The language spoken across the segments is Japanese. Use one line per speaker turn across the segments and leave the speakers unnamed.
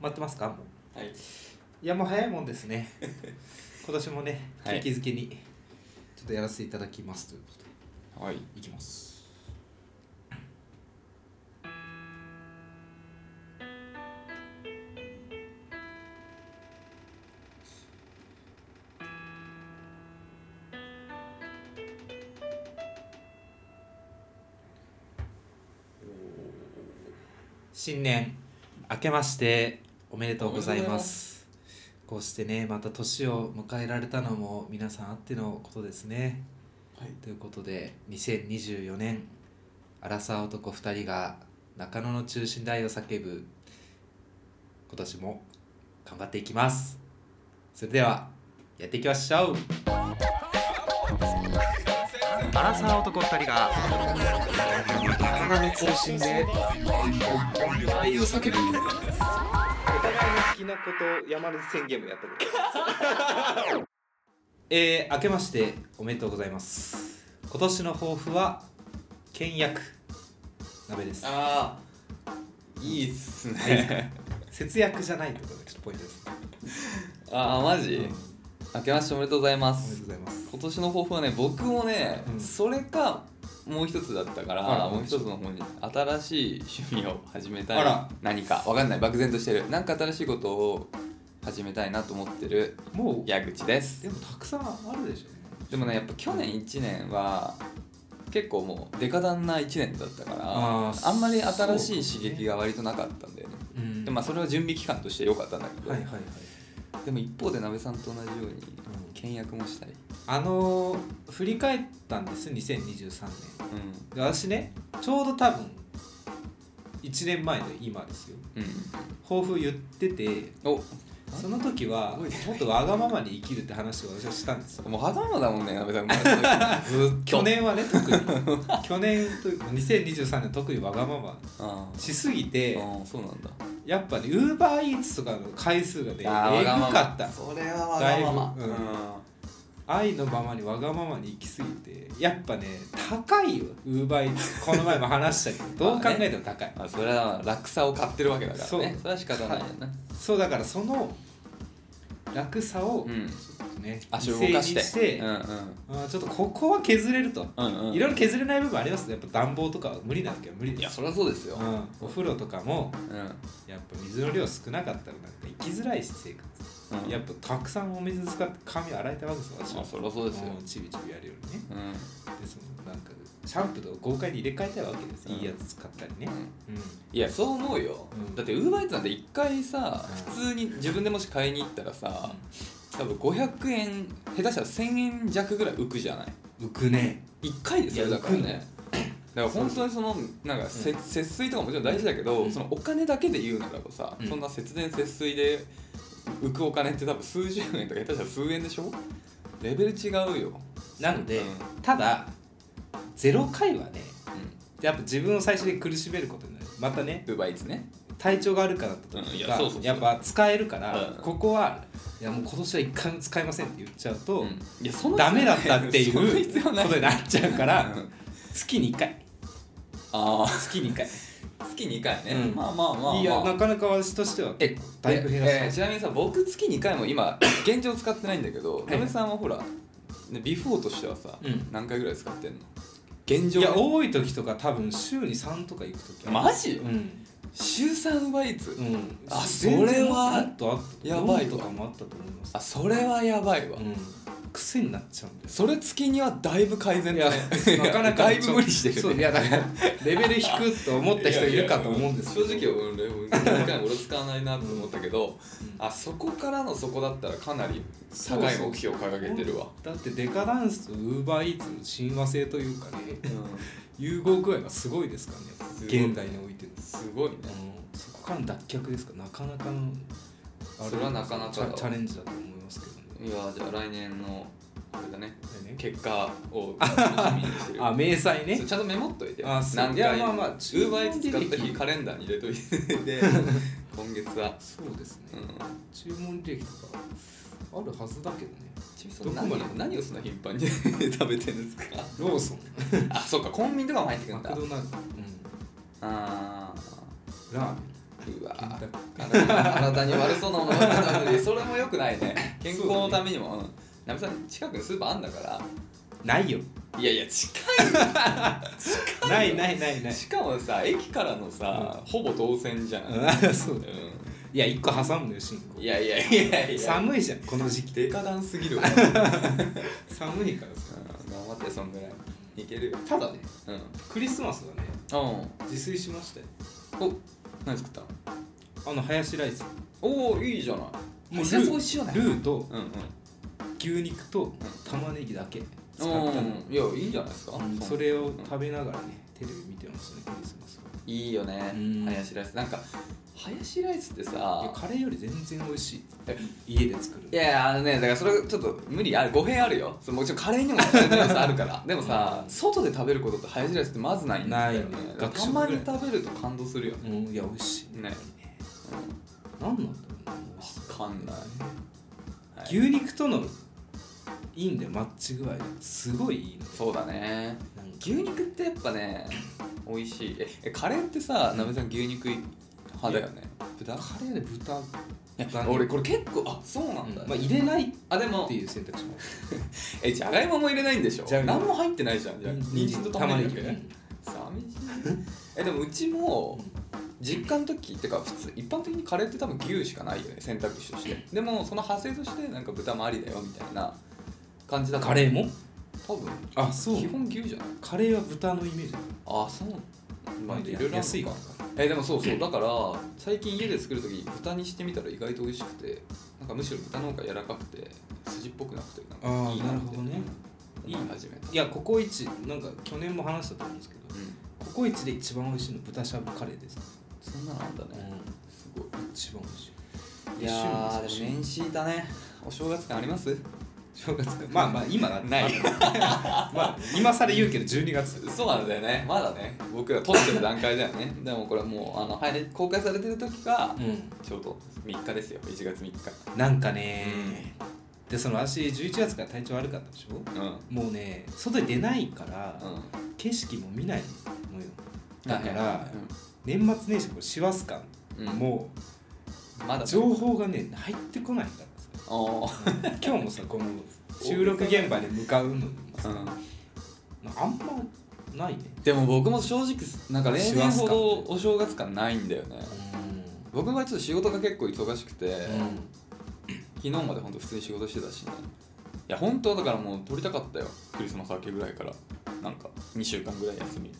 待ってますか
はい
いやもう早いもんですね 今年もね
は
景
い
気づけにちょっとやらせていただきますということで
はい
いきます新年明けましておめでとうござい
おめで
ま
とうございます
こうしてねまた年を迎えられたのも皆さんあってのことですね
はい
ということで2024年アラサー男2人が中野の中心で愛を叫ぶ今年も頑張っていきますそれではやっていきましょうアラサー男2人が中野の中心で愛を叫ぶお互いの好きなこと山根宣言もやったことえー、明けましておめでとうございます今年の抱負は倹約鍋です
ああいいっすね
節約じゃないってことがちょっとポイントです、
ああマ
うんお
ジ
めでと
明けましておめでとうございま
う
す
ございます
今年の抱負はね僕もね、
うん
それかもう一つだったから、
あら
もう一つの方に新しい趣味を始めたい
あら
何かわかんない漠然としてるなんか新しいことを始めたいなと思ってる
もう
矢口です
でもたくさんあるでしょうね
でもねやっぱ去年1年は結構もうデカダンな1年だったから
あ
あ
ー
んまり新し
そ
いう刺激が割となかったんだよね
うん
でまあそれは準備期間として良かったんだけど、
はいはいはい
でも一方で鍋さんと同じように
ん
倹約もしたい、
あのー振り返ったんです2023年
う
で私ねちょうど多分1年前の今ですよ
ん
抱負言ってて
うん、お
その時は
すごいね
もっとわがままに生きるって話を私はしたんですよ
もう肌まだもんね、 鍋さん。 ずっと。
去。年はね 特に去年というか2023年特にわがまま
あ
しすぎて
あ、そうなんだ。
やっぱねウーバーイーツとかの回数がねえぐ
あーわがまま
かった
それはわ
だいぶ愛のままにわがままに行きすぎてやっぱね高いよウーバーイーツこの前も話したけどどう考えても高い、
まあ、それは落差を買ってるわけだからね。
そ
そうれは仕方ないよね。
そうだからその楽さを
うん。
ね、
足を動か
犠
し
牲
て。
にして、
うんうん。
あーちょっとここは削れると、
うんうん。
いろいろ削れない部分ありますねやっぱ暖房とかは無理な時は無理
い
で
や、
す
そりゃそうですよ。
うん、お風呂とかも
うん。
やっぱ水の量少なかったらなんか生きづらいし生活、
うん
やっぱたくさんお水使って髪洗えたわけですよ私
ま
は
あ、そりゃそうですよ
も。うちびちびやるよりね
うん。
でそのなんかシャンプーとか豪快に入れ替えたいわけです、
うん
いいやつ使ったりね、うん
いや、そう思うよ。
うん
だって、ウーバーイーツなんて一回さ
うん、
普通に自分でもし買いに行ったらさ、多分500円、下手したら1000円弱ぐらい浮くじゃない
浮くね
1回ですよ
いや
だから
浮くね
ねだから本当にそのなんかせ、節水とかもちろん大事だけど、
うん
そのお金だけで言うならばさ、
うん
そんな節電節水で浮くお金って多分数十円とか下手したら数円でしょレベル違うよ
なので、
うん
ただゼロ回はねやっぱ自分を最初に苦しめることになるまたね
ウーバーイーツね
体調が悪くなった
うんい
時と
や
か、
そうそうそう
やっぱ使えるから、
うん
ここはいやもう今年は一回も使いませんって言っちゃうと、
うんいやその必要
ダメだったってい
その必
うこ
要ない
とになっちゃうから
うん
月に1回
ああ
月に1回
月2回ね、
うん
まあまあまあ、ま あ、
いやなかなか私としては
え
だいぶ減らした
えーちなみにさ僕月2回も 今現状使ってないんだけど
い
なめさんはほらねビフォーとしてはさ、
うん
何回ぐらい使ってんの現状
い
ね
や多い時とか多分週に3とか行く時ある
マジ、
うん
週3バイツ、
うん
あ
全然
それは
もっとあった
やばい
4
わ
とかもあったと思います
あそれはやばいわ、
うん癖になっちゃうんです
それ月にはだいぶ改善
い
だ
や
ね
な かなか
だいぶ無理してるね
そういやだからレベル低くと思った人いるかと思うんですけど
正直俺2回俺使わないなと思ったけど、
うん
あそこからのそこだったらかなり高い目標を掲げてるわ
だってデカダンスとウーバーイーツの親和性というかね融合具合がすごいですから
すご
ね
い
現代においての
すごいね
あのそこからの脱却ですからなかなかの
それはなかなか
チャチャレンジだと思いますけどね
いやじゃあ来年のあれだね
でね
結果を楽しみにしてる
あ明細ね
そうちゃんとメモっといて
あそう
何
いや
回ウ
まあまあ
ーバーイーツ使った日カレンダーに入れとい て今月は
そうです
う
ね、
ん
注文履歴とかあるはずだけどね
どこまで何をそんな頻繁に 食べてるんですか
ローソン
あそっかコンビニとかも入ってくる
マ
ん
ク
だ
ドナルド、
あ
うん、ラーメ
うわ
健太
体体に悪そうなものばっか食べてそれも良くないね健康のためにもうんナミさん近くにスーパーあんだから
ないよ
いやいや近
ないないないない
いしかもさ駅からのさ、ほぼ当選じゃん、うん
うんそうだよいや一個挟むのよ進行
いやいやいやいや
寒いじゃんこの時期
デカダンすぎるわ うん頑
寒いからさ
張ってそんぐらいいけるよ
ただね
うんうん
クリスマスはね
お
自炊しましたよ
何作ったの
あのハヤシライス
おおいいじゃない
もうルー
そりゃそうしようね
ルーと
うんうん
牛肉と玉ねぎだけ使ったの
うんいやいいんじゃないですか、
うんそれを食べながらねテレビ見てましたねクリスマス
いいよね
うん
ハヤシライスなんかハヤシライスって
はい
さ
やカレーより全然美味しい家で作る
いやいやあのねだからそれちょっと無理ある語弊あるよそのもちろんカレーにもカレーの要素あるから でもさ外で食べることってハヤシライスってまずないんだよね
ないね
だから
学
た
食
まに食べると感動するよね
うんいや美味しい
ね
何なんだろうね美味しさ
分かんない、はい
牛肉とのいいんだよマッチ具合がすごいいいの
そうだね
なんか
牛肉ってやっぱね美味しいええカレーってさなべさん牛肉派だよね豚い
カレーで豚
や俺これ結構あそうなんだ、
まあ入れないっ
あでも
ていう選択肢も
えじゃがいもも入れないんでしょ
じゃがいも
何も入ってないじゃんじゃあ人参と玉ねぎだけ寂しいえでもうちも実家の時ってか普通一般的にカレーって多分牛しかないよね選択肢としてでもその派生としてなんか豚もありだよみたいな感じだ
カレーも
多分
あそ
基本牛じゃない
カレーは豚のイメージ
あそうまあいろいろあるのか
安いから
えでもそうそうだから最近家で作る時豚にしてみたら意外と美味しくてなんかむしろ豚の方が柔らかくて筋っぽくなくてなんかいいなって
ね
いい始めた
いやココイチなんか去年も話したと思うんですけど
うん
ココイチで一番美味しいの豚しゃぶカレーですか
そんなのあんだねすごい
一番美味しい
いやーでも年始いたねお正月感あります
正月かまあまあ今だ
ない
まあ今更言うけど12月
そうなんだよねまだね僕ら撮ってる段階だよね でもこれもうあの配信公開されてる時が
うん
ちょうど3日ですよ1月3日
なんかねでその私11月から体調悪かったでしょ
うんうん
もうね外に出ないから景色も見ないのよだから年末年始こう師走感
うん
も
うんまだ
う情報がね入ってこないからさ
おー
今日もさこの収録現場に向かうのにさ
うん
あんまないね
でも僕も正直なんか例
師
年
走
ほ
感
どお正月感ないんだよね
う
僕の場合ちょっと仕事が結構忙しくて、
ん
昨日まで本当普通に仕事してたしねいや本当はだからもう撮りたかったよクリスマス明けぐらいからなんか2週間ぐらい休み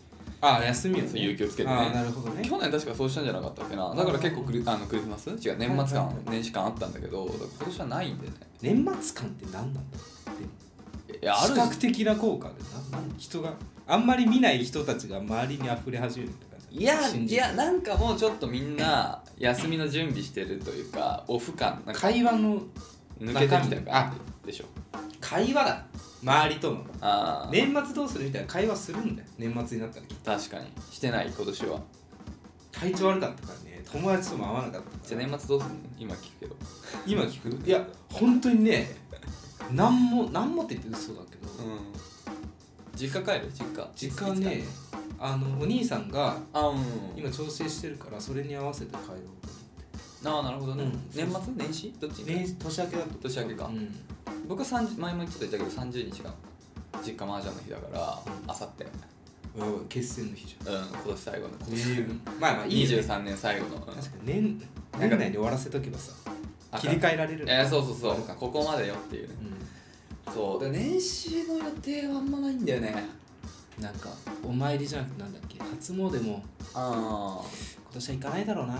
あ休みを
そう有給つけてね
あなるほどね
去年確かそうしたんじゃなかったっけなだから結構クリあのクリスマス違う
は
年末
いはいはい
感年始感あったんだけどだから今年はないんでね
年末感って何なんだろう
いやある
視覚的な効果でななん人があんまり見ない人たちが周りに溢れ始めるって感じ
いや
信
い
じ
やなんかもうちょっとみんな休みの準備してるというかオフ感なんか
会話の
抜けてきた
中身
かでしょ
会話だ周りとの
ああ、
年末どうするみたいな会話するんだよ年末になったら
確かにしてない今年は
体調悪かったからね友達とも会わなかったから
じゃあ年末どうするの今聞くけど
今聞くいや本当にね何も何もって言って嘘だけど、
うん実家帰る実家
実家はねあのお兄さんが
あうん
今調整してるからそれに合わせて帰ろうと思
ああなるほどね、
うん
年末年始どっち
って年年明けだと
年明けか
うん
僕は30前も言ってたけど30日が実家麻雀の日だからあさってう
うわ決戦の日じゃん
ん今年最後の今
まあまあいい
年
よね
23年最後の、うん
確かに年年内に終わらせとけばさ
あ
切り替えられる
えーそうそうそ
あ
う
るか
ここまでよっていうねそうで年始の予定はあんまないんだよね
うんなんかお参りじゃなくてなんだっけ初詣も
あ
今年は行かないだろうな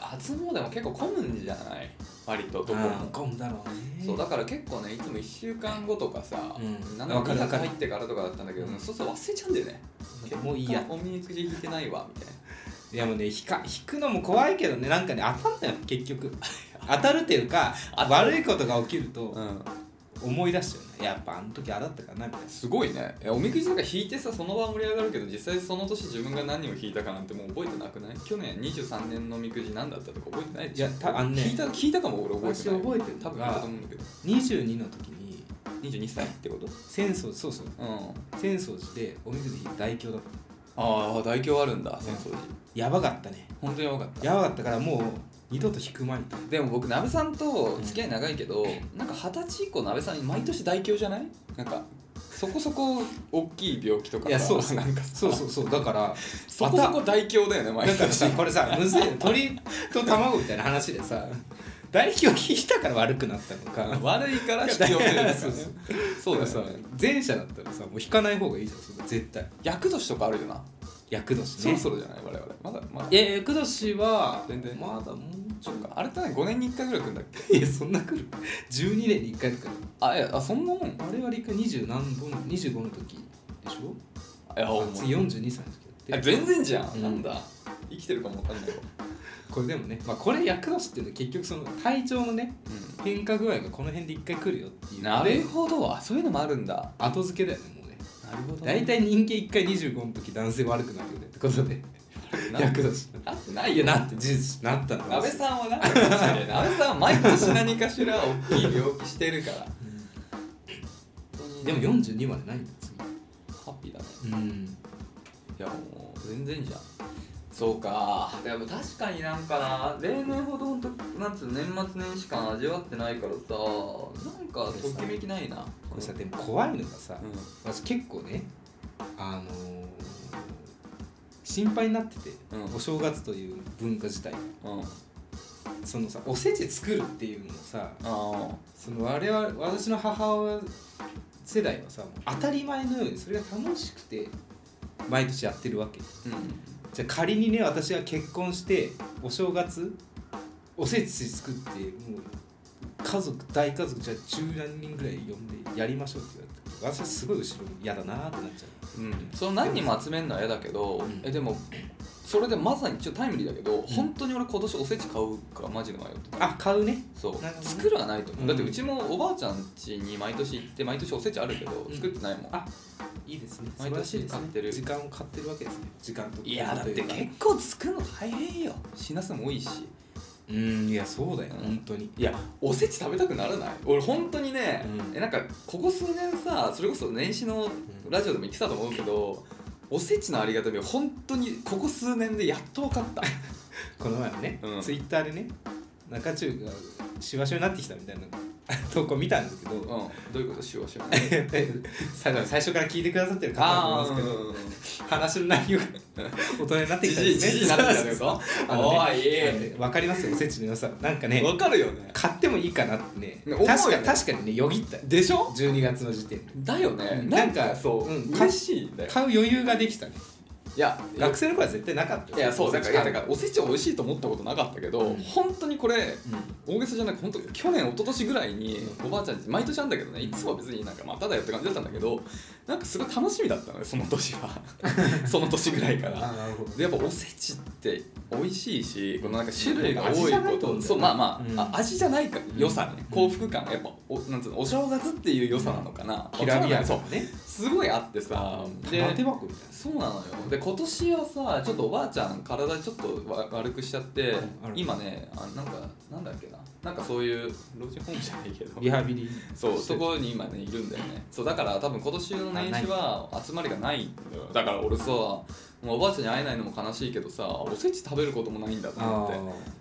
あ初詣も結構混むんじゃない割とど
あ
こも
混むだろうね
そうだから結構ねいつも1週間後とかさ、
うん
なん、
わか
か
るわ
月
かる
入ってからとかだったんだけど、
うん
そうそう忘れちゃうんだよね
もういいや
結果おみくじ引いてないわみたいない
やもうね引か引くのも怖いけどねなんかね当たんだよ結 局当たるっていうか悪いことが起きると
うん、
思い出しちゃうねやっぱあの時あだったかなみたいな
すごいねえおみくじとか引いてさその場は盛り上がるけど実際その年自分が何を引いたかなんてもう覚えてなくない去年23年のおみくじ何だったとか覚えてないでしょ
いやたあのね
引いた聞いたかも俺覚えてない
私覚えてるのが
多分引いたと思うんだけど
22の時に
22歳ってこと
浅草そうそう
うん
浅草寺でおみくじ引いて大凶だった
ああ大凶あるんだ戦争時
やばかったね
本当によかった
やばかったからもう二度と引くまいと
でも僕鍋さんと付き合い長いけど、なんか二十歳以降鍋さん毎年大凶じゃないなんかそこそこ大きい病気とかさ
いやそうそう
なんか
そうそうそうだから
そこそこ大凶だよね毎
だから
年
さこれさむずいよ鳥と卵みたいな話でさ唾液を聞いたから悪くなったのか
悪いから引き寄せるんです
そ
よ
う
ね
そう
そうだ
さ
よね
前者だったらさもう引かない方がいいじゃんその絶対
厄年とかあるよな、
厄年
そ
ね
ろそろじゃない我々まだまだ
いや厄年は
全然
まだもうち
そ
ょ
っ
っ
かあれって5年に1回ぐらい来るんだっけ
といやそんな来る12年に1回とか
あいやあそんなもんい
あれは一回20何本25の時でしょ
やお
あ次
前
42歳の時だっ
あ
て
全然じゃん、
うん
なんだ生きてるかもわかんないわ
これでもね、まあ、これ厄年っていうのは結局その体調のね変化具合がこの辺で1回来るよっていう
なるほどあそういうのもあるんだな
後付けだよねもうね
るほど
大体人間1回25の時男性悪くなるよねってことで
役
厄年
なってない
いや
よ
な
な
って事実なったの
安倍さんはな安倍さんは毎年何かしら大きい病気してるから
でも42までないんだ次
ハッピーだね
うん
いやもう全然じゃんそうかでも確かになんかな例年ほどほんとなんつうの年末年始感味わってないからさなんかときめきないな
これさでも怖いのがさ、
うん
私結構ねあのー心配になってて、
うん
お正月という文化自体
うんあ
そのさおせち作るっていうのもさ
あ
その我々私の母親世代はさもう当たり前のようにそれが楽しくて毎年やってるわけ
うん
じゃあ仮にね私が結婚してお正月おせち作ってもう家族大家族じゃあ十何人ぐらい呼んでやりましょうって言われた時私はすごい後ろに嫌だなーってなっちゃう
うん、その何人も集めるのは嫌だけど、
うん
えでもそれでまさにちょっとタイムリーだけど、
ん
本当に俺今年おせち買うかマジで迷ってた
あ買うね
そう
なるほどね
作るはないと思う、
うん
だってうちもおばあちゃん家に毎年行って毎年おせちあるけど、
ん
作ってないもん
あいいですね
毎
素
年
晴らしいですね
買ってる
時間を買ってるわけですね時間と
いやだって
という
結
か
構作るの大変よ品数も多いし
うんいやそうだよ、
うん
本当に
いやおせち食べたくならない俺本当にね、
うん
えなんかここ数年さそれこそ年始のラジオでも言ってたと思うけど、おせちのありがたみを本当にここ数年でやっと分かった
この前もね、
うん
ツイッターでね中中がしわしわになってきたみたいな 投稿見たんですけど、
うんどういうことしようしよう
最後最初から聞いてくださってる方だと
あ
思うん
あ
ですけど話の内容が 大人になってきたん
じ
で
じ
すね。
じじになっ てたけど
あのね
お
あの
い
ねわかりますよ、おせちの良さ。なんかね、
わかるよね
買ってもいいかなってね、
ね思うよね
確か確かにね、よぎった。
でしょ
12月の時点で。
だよね
な
なんん
か
かそう、
うん
嬉しいんだよ
買う余裕ができたね。
いや
学生の頃は絶対なかったよ
いやそうだからいやだから
う
おせちを美味しいと思ったことなかったけど、
うん
本当にこれ
ん
大げさじゃなく本当去年一昨年ぐらいに
う
おばあちゃんち毎年あんだけどねいつもは別になんかまただよって感じだったんだけどなんかすごい楽しみだったのよその年 はその年ぐらいから
あなるほど。
でやっぱおせちって美味しいしこのなんか種類が
味
多い
じゃない
ことと
思うんだよね
そうまあまあ,、
うん
あ味じゃないか良さね、
うん
幸福感がやっぱおなんつうのお正月っていう良さなのかな、
きらびや
わかんないそう
かね。
すごいあってさで
玉手箱みたい
そうなのよで今年はさちょっとおばあちゃん体ちょっとわ悪くしちゃって
あら
今ねあなんかなんだっけななんかそういう老人ホームじゃないけど
な。リハビリ。
そうそこに今ねいるんだよねそうだから多分今年の年始は集まりがないんだよだから俺さもうおばあちゃんに会えないのも悲しいけどさおせち食べることもないんだと思
あ
っ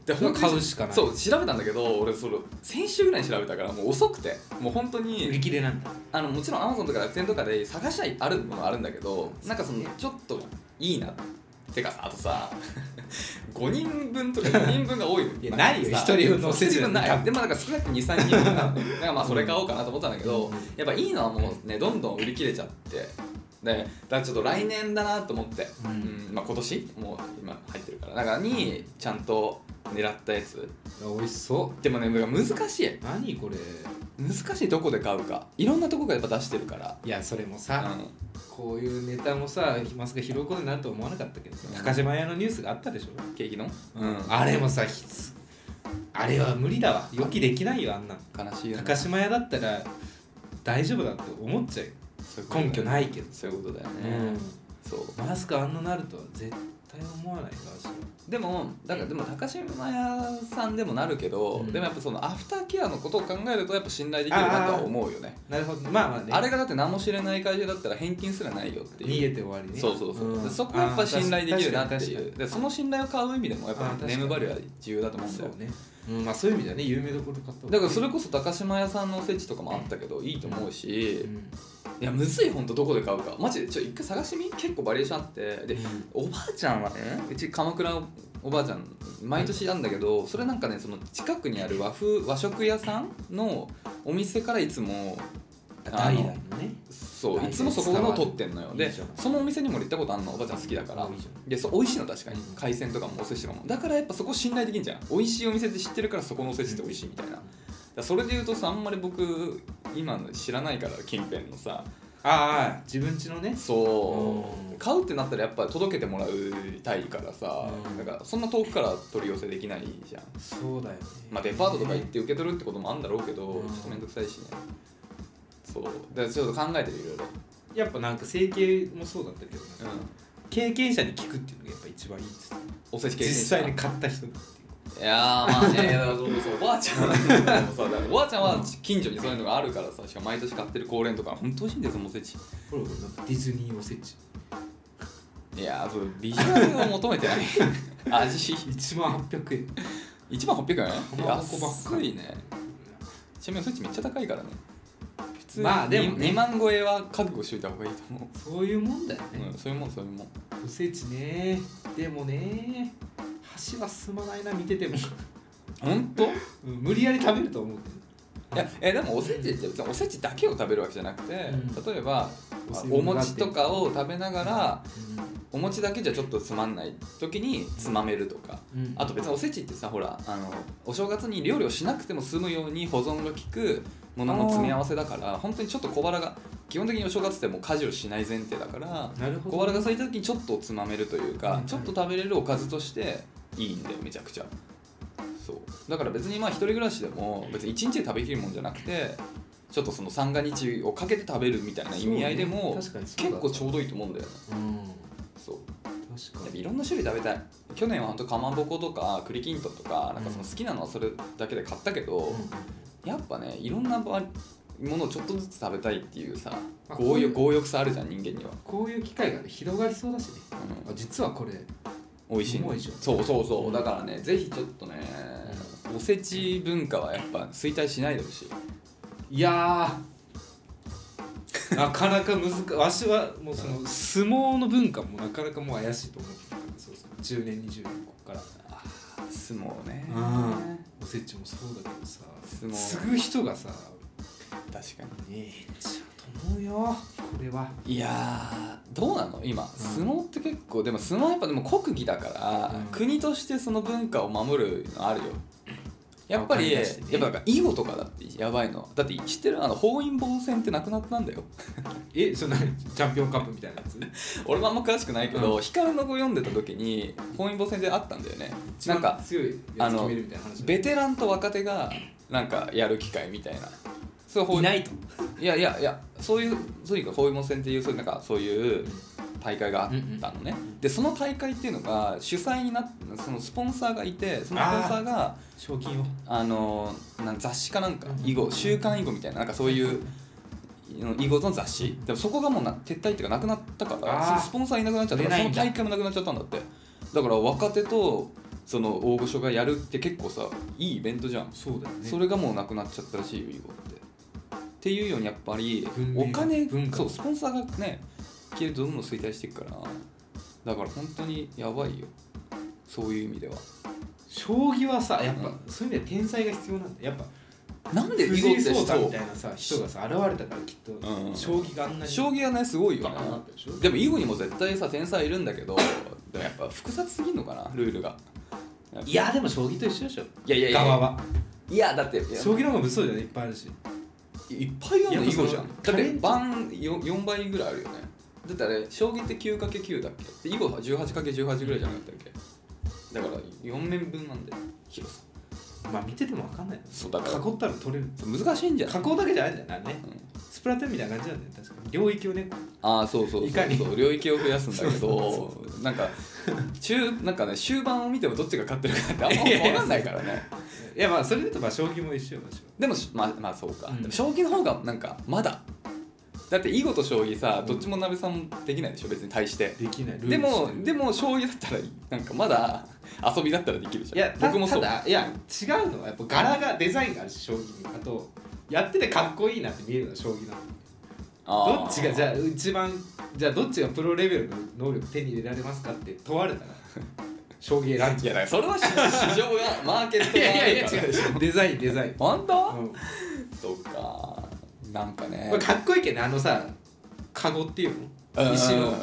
て
ー
で
それは
本当に
買うしかない。
そう調べたんだけど俺それ先週ぐらいに調べたからもう遅くてもう本当に
売り切れなんだ。
あのもちろんアマゾンとか楽天とかで探しゃあるものはあるんだけどなんかそのちょっといいなてかさあとさ 5人分とか4人分が多い
いやないよ
さ
一人分のおせち
一人分
なんて
ないでもなんか少なくとも23人分なんでだからまあそれ買おうかなと思ったんだけど、
うん
やっぱいいのはもうねどんどん売り切れちゃってでだからちょっと来年だなと思って、
うん
まあ、今年もう今入ってるからだからにちゃんと狙ったやつ
あ美味しそ。
でもね難しいう
何これ。
難しいどこで買うかいろんなとこがやっぱ出してるから
いや、それもさ。
うん
こういうネタもさ、まさか拾うことになると思わなかったけどさ
うん、
高島屋のニュースがあったでしょ。
ケーキの、
あれもさ、ひつあれは無理だわ。予期できないよ、あんなの。
悲しいよね
高島屋だったら大丈夫だって思っちゃうよ。根拠
い
ないけど。
そういうことだよね、
うん
そう
マスクあんななるとは絶対思わないな私は
でもだからでも高島屋さんでもなるけど、
うん
でもやっぱそのアフターケアのことを考えるとやっぱ信頼できるなとは思うよね
なるほどまあまあね
あれがだって何も知れない会社だったら返金すらないよって
逃
いう
げて終わりね
そうそうそう、
ん
でそこはやっぱ信頼できるなって
あー確かに確か
い
に
うでその信頼を買う意味でもやっ
あー
ぱ
確かに
ネームバリューは重要だと思うんだ
そ
よ
うね、うんまあ、そういう意味ではね有名どころ買った方が
だからそれこそ高島屋さんのおせちとかもあったけどいいと思うし、いやむずいほんとどこで買うかマジでちょ一回探してみ結構バリエーションあってで
うん
おばあちゃんはねうち鎌倉おばあちゃん毎年なんだけどそれなんかねその近くにある和風和食屋さんのお店からいつもあ
代
の
々のね
そ
代
うい
々
つもそこ
伝
の
わる
取ってんのよ
い
で
いじゃん
そのお店にも俺行ったことあるのおばあちゃん好きだから
あいいじゃ
でそう美味しいの確かに
うん
海鮮とかもお寿司とかもだからやっぱそこ信頼できんじゃん美味しいお店で知ってるからそこのお寿司って美味しいみたいなだからそれで言うとさあんまり僕今の知らないから近辺のさ
ああ自分家のね
そう、
うん
買うってなったらやっぱ届けてもらいたいからさ、
うん
なんかそんな遠くから取り寄せできないじゃん、
そうだよね
まあ、デパートとか行って受け取るってこともあるんだろうけど、
うん
ちょっと面倒くさいしねそうだからちょっと考えてるいろいろ、
やっぱなんか整形もそうだったけど、
うん、
経験者に聞くっていうのがやっぱ一番いいっつって
おせち経験者
実際に買った人にっていう
いやーまあねいやだからそうそうおばあちゃん もさだからおばあちゃんは近所にそういうのがあるからさしかも毎年買ってる高連とか本当美味しいんですよおせち
ほらほらなんかディズニーおせち
いやーそうビジュアルを求めてない 味
1万800円
1万800円
浜箱ばっか
安いねちなみにおせちめっちゃ高いからね普通に
まあでもね
2, 万超えは覚悟しといた方がいいと思
そういうもんだよ
う、
ね、
うん、そういうもんそういうもん
おせちねでもね箸は進まないな見てても、
本当い
うん無理やり食べると思うけど
やえでもおせちって別におせちだけを食べるわけじゃなくて、
うん
例えば
お吸い
お
物があっ
餅
て
とかを食べながら
う
お餅だけじゃちょっとつまんない時につまめるとか
んうん
あと別におせちってさほらあのお正月に料理をしなくても済むように保存が効くものの詰め合わせだから本当にちょっと小腹が基本的にお正月ってもう家事をしない前提だから
なるほど
小腹が空いた時にちょっとつまめるという
うん
か
うん
ちょっと食べれるおかずとしていいんだよめちゃくちゃそうだから別にまあ一人暮らしでも別に1日で食べきるもんじゃなくてちょっとその三が日をかけて食べるみたいな意味合いでも
そうね確かにそう
結
だ
構ちょうどいいと思うんだよね
うん
そう
確
や
か
っぱ
に
いろんな種類食べたい去年はほんとかまぼことか栗きんとんとかなんかその
うん
好きなのはそれだけで買ったけど、
うん
やっぱねいろんなばものをちょっとずつ食べたいっていうさ
まあこう
強
いう
欲強欲さあるじゃん人間には、
こういう機会がね広がりそうだしね
うん
あ実はこれ
美味しいの
重いでしょ
そうそうそう、
うん
だからねぜひちょっとねおせち文化はやっぱ衰退しないでほしい
いやーなかなか難しいわしはもうその相撲の文化もなかなかもう怪しいと思ってたからそうそう10年20年ここから
相撲ね
うんおせちもそうだけどさ
相撲
継ぐ人がさね
確か
えちゃうと思うよこれは
にいやーどうなの今、相撲って結構でも相撲はやっぱでも国技だから、
うん
国としてその文化を守るのあるよやっぱり、
わかり
や
ま
っ
したね
ぱなんか囲碁とかだってやばいのだって知ってるあの本因坊戦ってなくなったんだよ
えそんなチャンピオンカップみたいなやつ
俺もあんま詳しくないけど、
う
光の碁読んでた時に本因坊戦であったんだよね
一
なんか
番強いやつ決めるみたいな話
ベテランと若手がなんかやる機会みたいなそうほう
ないと
いやいやいやそういうそういうか包囲網戦っていうそういうなんかそういう大会があったのね、でその大会っていうのが主催になってそのスポンサーがいてそのスポンサーが
賞金を
あのなん雑誌かなんか
うん
囲碁週刊囲碁みたいななんかそういう囲碁の雑誌でもそこがもうな撤退っていうかなくなったか
あ
ら
ー
そのスポンサーいなくなっちゃったから
出ない
その
んだ
大会もなくなっちゃったんだってだから若手とその大御所がやるって結構さいいイベントじゃん
そうだよね
それがもうなくなっちゃったらしいよ囲碁って。っていうようにやっぱり
文明
お金
文化
そうスポンサーがね消えるとどんどん衰退していくからだから本当にやばいよそういう意味では
将棋はさやっぱ、
うん
そういう意味では天才が必要なんだやっぱ
なんで囲
藤
碁
井
って
聡
人
太み
を
たいなさ人がさ現れたからきっと、
んうん
将棋があんなに
将棋はねすごいよ
バ
ね
カになったでしょ
でも囲碁にも絶対さ天才いるんだけどでもやっぱ複雑すぎんのかなルールが
いやでも将棋と一緒でしょ
いやいやい
側
や
はい
やだっていや
将棋の方が物騒じゃないいっぱいあるし
いっぱいあるの
いや
囲碁じゃん
その
だっ
カレ
て
ン
盤 4, 4倍ぐらいあるよねだってあれ将棋って 9×9 だっけで囲碁は 18×18 ぐらいじゃなかったっけだから4面分なんだよ広さ
まあ見てても分かんないよね
そうだから
囲ったら取れる
そう難しいんじゃない、
囲うだけじゃないんだよなあれね
うん
スプラトゥーンみたいな感じなんだよね確かに領域をね
ああそうそうそう
いかに
そう領域を増やすんだけど
そうそ
なんか中なんかね終盤を見てもどっちが勝ってるかってあんま分かんないからね
いやまあそれだとまあ将棋も一緒よもちろん
でもしまあまあそうか、
うん
でも将棋の方がなんかまだだって囲碁と将棋さどっちも鍋さんできないでしょ別に対して
できないルール
でも
してる
でも将棋だったらなんかまだ遊びだったらできるじゃん
いやた
僕もそう
ただいや違うのはやっぱ柄がデザインがあるし将棋にあとやっててかっこいいなって見えるのは将棋なの
あー
どっちがじゃあ一番じゃあどっちがプロレベルの能力手に入れられますかって問われたら将棋選ん
い
じゃ
やだからそれは市市場がマーケット
う
があるからでし ょ
デザインデザイン、
本当、
うん
そうかなんかね
まあかっこいいけどねあのさカゴっていう
うんうん
の石
う
の
んうん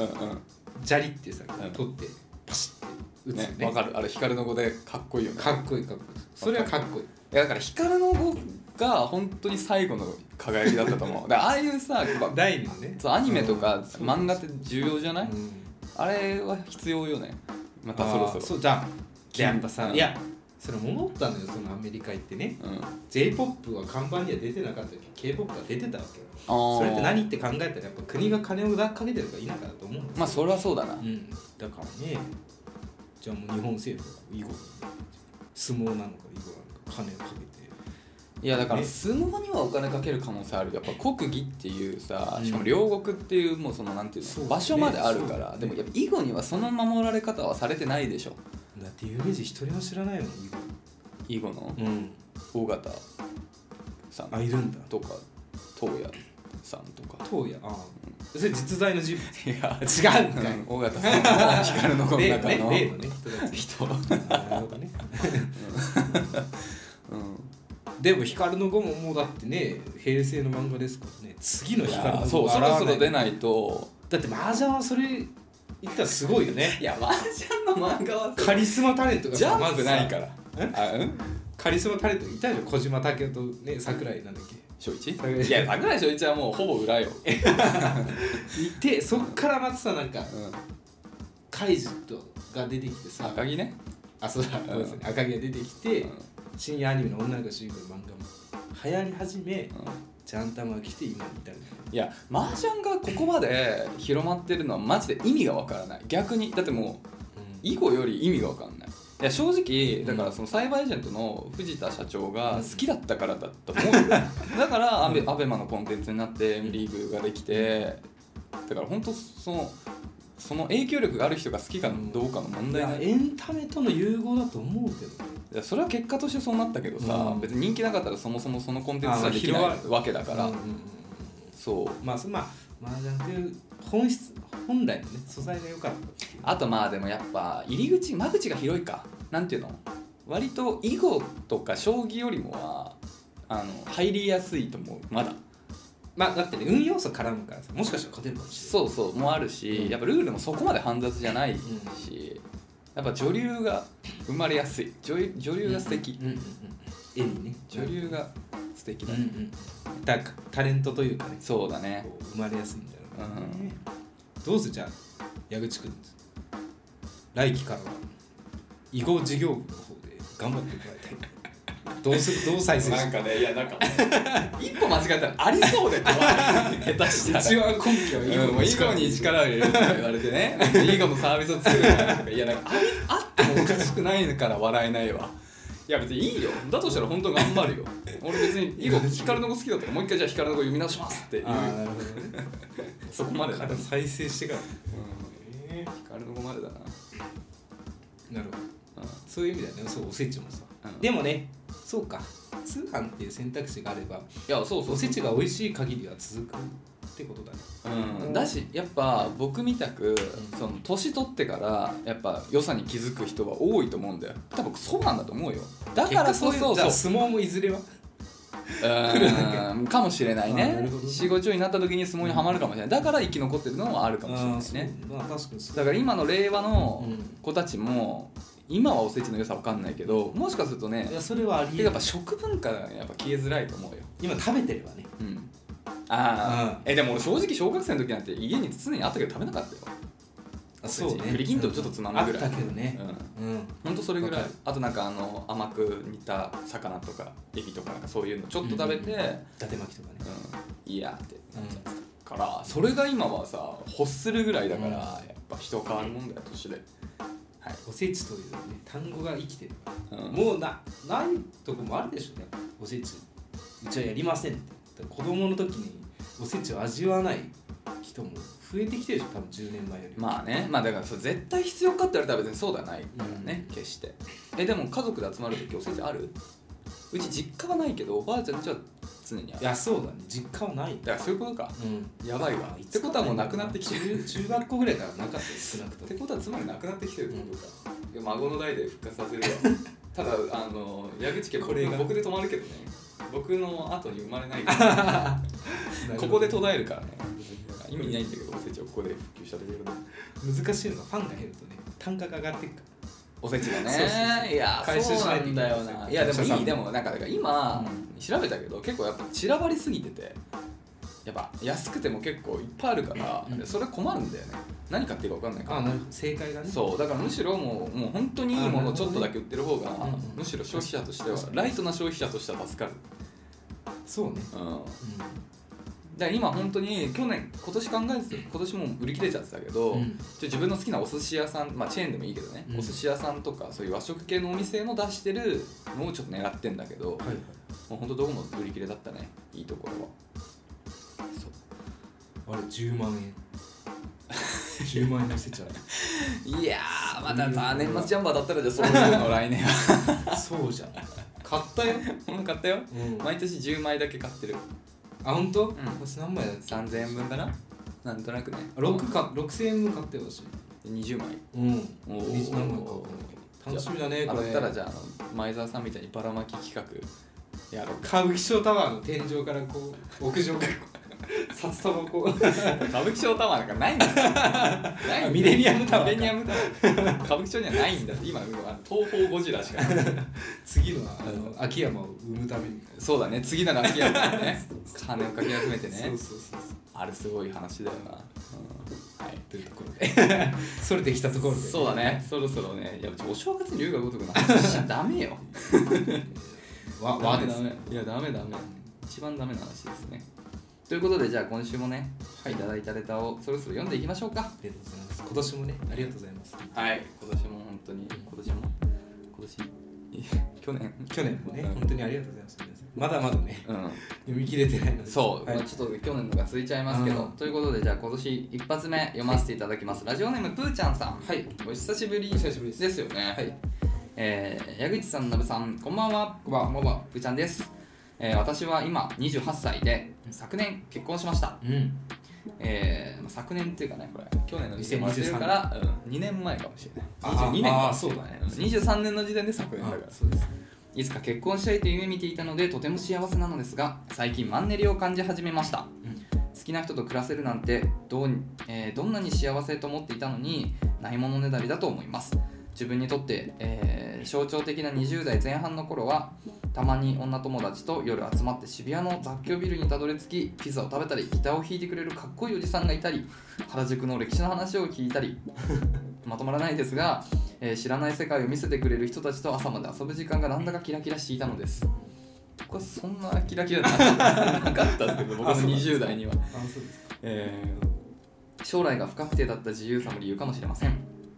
砂利ってさ
うん
取ってパシッて打
うん
つ
ね
よ
わ
ね
かるあれ光の子でかっこいいよね
かっこいいかっこいいそれはかっこいい
いやだから光の子が本当に最後の輝きだったと 思うだからああいうさやっぱ
第二のね
そうアニメとか
そう
漫画って重要じゃない、
うん
あれは必要よねまたそろそろ
あーうじゃあでやっぱ
う
さ
ん
いやそれ戻ったのよそのアメリカ行ってね
うん、
j p o p は看板には出てなかったけど k p o p は出てたわけよ
そ
それって何って考えたらやっぱ国が金をかけてるか否かだと思うんですよ
まあそれはそうだな、
うんだからねじゃあもう日本政府は囲碁だね相撲なのか囲碁なのか金をかけ
いやだから
ね
相撲にはお金かける可能性あるやっぱ国技っていうさ
うん
しかも両国っていうもうそのなんていう
そ
の、
うだね
場所まであるか
そうだ
ら、
ね
でもやっぱ囲碁にはその守られ方はされてないでしょ
てだって有名人一人も知らないの囲
囲碁の
碁うん
大型さん
あいるんだ
とか東也さんとか
東也ああそれ実在の人 物
いや
違うんかい
大型さんも光の子の
例の
中
ね
の
例のね人たち
人、
なるほどね
うん、
でも光の碁ももうだってね平成の漫画ですからね次の
い
光
や
の
そ
碁が
うそ
現れ
ろそろ出
い
ないと
だって麻雀はそれ言ったらすごいよね
いやマージャンの漫画は
カリスマタレントが
ジ
さ
ャンプないか
ま
ら
ずさ
あうん
カリスマタレントいたでしょ小島武夫とね桜井なんだっけ
初一
桜井
いや桜井初一はもうほぼ裏よ、
いてそっからまたさなんか
うん
カイジとが出てきてさ
赤木ね、
あそうだごめんなさい赤木が出てき
う
て
ん
深夜アニメの女の子主人公の漫画も流行り始め
うん
ジャンタマが来て今みたいない
や麻雀がここまで広まってるのはマジで意味がわからない逆にだってもう囲碁より意味がわかんないいや正直だからそのサイバーエージェントの藤田社長が好きだったからだったと思う よだからアベアベマのコンテンツになってリーグができてだから本当そのその影響力がある人が好きかどうかの問
い
題
や
ない
エンタメとの融合だと思うけどね
いやそれは結果としてそうなったけどさ、
うん
別に人気なかったらそもそもそのコンテンツはできない
あまあ広
わけだから、
うんうんうんうん
そう
まあそまあ麻雀という本質本来のね素材が良かったっていう
あとまあでもやっぱ入り口間口が広いかなんていうの割と囲碁とか将棋よりもはあの入りやすいと思うまだ
まあだってね運要素絡むからさもしかしたら勝てるかもし
そうそうもあるし、
うん
やっぱルールもそこまで煩雑じゃないし、やっぱ女流が生まれやすい女女
れ
流
ない
が素敵、
うんうんうん絵にね
女流が素敵
うん
だ
う
ね、
んだからタレントというかね
そうだね
こう生まれやすいんだろう
うん
ねどうするじゃあ矢口くん来期からは囲碁事業部の方で頑張ってもらいたいどうするどう再生 する
かねいやなんか一歩間違えたらありそうで怖い下手したら
一番今期は
囲碁も囲
力
碁に力を入れるって言われてね囲碁のサービスを作るからとかいやなんかありあってもおかしくないから笑えないわいや別にいいよだとしたら本当頑張るよ俺別に囲碁光の子好きだったからもう一回じゃあ光の子読み直しますっていう
ああなるほどね
そこまでだな、うん、
再生してから
光の子までだな、
なるほど
うん
そういう意味だよねそうおせちもさ、
うん
でもねそうか通販っていう選択肢があれば
いやそうそう
おせちが美味しい限りは続くってことだね
うん、だしやっぱ僕みたくその年取ってからやっぱ良さに気づく人は多いと思うんだよ多分そうなんだと思うよだからこそ
結局ういうじゃあ相撲もいずれは
うーんかもしれない
あー
ね
なるほどね
四五兆になった時に相撲にはまるかもしれないだから生き残ってるのはあるかもしれないしね
あーそうまあ確かにそう
だから今の令和の
うん
子たちも今はおせちの良さわかんないけどもしかするとね
いやそれはありえ
や
る
っぱ食文化がやっぱ消えづらいと思うよ
今食べてればね
うんああ、えでも俺正直小学生の時なんて家に常にあったけど食べなかったよ
あそうね
栗きんとんちょっとつまむぐらい
あったけどね
うん
うん
ほんとそれぐらい
わかる
あとなんかあの甘く煮た魚とかエビとかなんかそういうのちょっと食べて、
うんうんうん伊達巻きとかね
うん、いいやってなっちゃってたからそれが今はさ欲するぐらいだから、
うん
やっぱ人変わるもんだよ年でははい
おせちという、ね、単語が生きてる
うん
もうなないとこもあるでしょうねおせちうちはやりませんってだから子供の時におせちを味わわない人も増えてきてるでしょ多分10年前よりも、
まあねまあだからそう絶対必要かって言われたら別にそうではないからね、
うん
決してえでも家族で集まる時おせちあるうち実家はないけどおばあちゃんちは常にあ
い
る
やそうだね実家はない
だからそういうことか
うん
やばいわってことはもうなくなってきてる
中中学校ぐらいからなかったよ少なくとも
ってことはつまりなくなってきてるってことか、いや孫の代で復活させるわ ただあの矢口家
これが
僕で止まるけどね僕の後に生まれ ないからここで途絶えるからね意味ないんだけどおせちをここで普及したところで
難しいのがファンが減るとね単価が上がっていくか
おせちがね
そうそうそう
いや
回収しないといけない
そうなんだよないやで
お客さん
もいい
も
でもなんかだから今、
う
調べたけど結構やっぱ散らばりすぎててやっぱ安くても結構いっぱいあるから、
うん
それ困るんだよね何買っていいか分かんないから
らあなるほど正解がね
そうだからむしろもうもう本当にいいものをちょっとだけ売ってる方が
なるほどね
むしろ消費者としては
確かに
ライトな消費者としては助かる、
そうね
うん、
う
だから今本当に去年今年考えてて今年もう売り切れちゃってたけど、
ん、う
ちょ
ん、
自分の好きなお寿司屋さん、まあ、チェーンでもいいけどね、
うん
お寿司屋さんとかそういう和食系のお店の出してるのをちょっと狙ってんだけど、
はい
もう本当どこも売り切れだったねいいところはそ
あれ10万 円10万円のせちゃう
ういやーまだ
そういう
さ年末ジャンバーだったらじゃあそういうの来年は
そうじゃん 買ったよ、
物買ったよ
うん、あ
毎年10枚だけ買ってる
本当、
ん
私何枚だっけ
3000円分かななんとなくね
6か6000円分買ってほしい
20枚
うん
お
何
ー
枚か買うの楽しみだね
当
こ
た
れ
ったらじゃああの前澤さんみたいにばらまき企画やろう
歌舞伎町タワーの天井からこう屋上からこう札束をこう
歌舞伎町タワーなんかないんだ よないんだよ
ミレニアムタワーか
ミレニアムタワー歌舞伎町にはないんだって今あの東方ゴジラしかない
次のあの秋山を生むために、
そうだね次なら秋山だ ね金をかき集めてね
そうそうそうそう
あれすごい話だよな、うんはい
というところでそれできたところで
そうだねそろそろねいやお正月に龍が如くの話しちゃダメよ
わ
ダ
わ
メ
で
ダ
す
メいやダメダメ一番ダメな話ですねということでじゃあ今週もね、い、ただいたレターをそろそろ読んでいきましょうか
ありがとうございます今年もねありがとうございます
はい今年も本当に今年も今年 去年
去年もね、
うん
本当にありがとうございます皆さんまだまだね
うん
読み切れてないので
そう、
はい
まあちょっと去年のが続いちゃいますけど、
うん
ということでじゃあ今年一発目読ませていただきます、ラジオネームぷーちゃんさん
はい
お久しぶり
お久しぶりです
ですよね
はい
えー、矢口さん、なぶさん、こんばんは。
こんばんは
ぶーちゃんです。えー私は今28歳で、昨年結婚しました。
うん
えーまあ昨年っていうかね、これ、去年の時点でしてるから、うん、2年前かもしれ
あ
ない。
ー
22年かもしれ
あーそうだ
ない
ね。
うん23年の時点で昨年だから。
そうです
いつか結婚したいという夢見ていたので、とても幸せなのですが、最近マンネリを感じ始めました。好きな人と暮らせるなんてどうに、えーどんなに幸せと思っていたのにないものねだりだと思います自分にとって、えー象徴的な20代前半の頃はたまに女友達と夜集まって渋谷の雑居ビルにたどり着きピザを食べたりギターを弾いてくれるかっこいいおじさんがいたり原宿の歴史の話を聞い たりまとまらないですが、えー知らない世界を見せてくれる人たちと朝まで遊ぶ時間がなんだかキラキラしていたのです僕はそんなキラキラななかったんですけど僕の
あそうなんですか
20代には
あそうですか
えー将来が不確定だった自由さも理由かもしれません、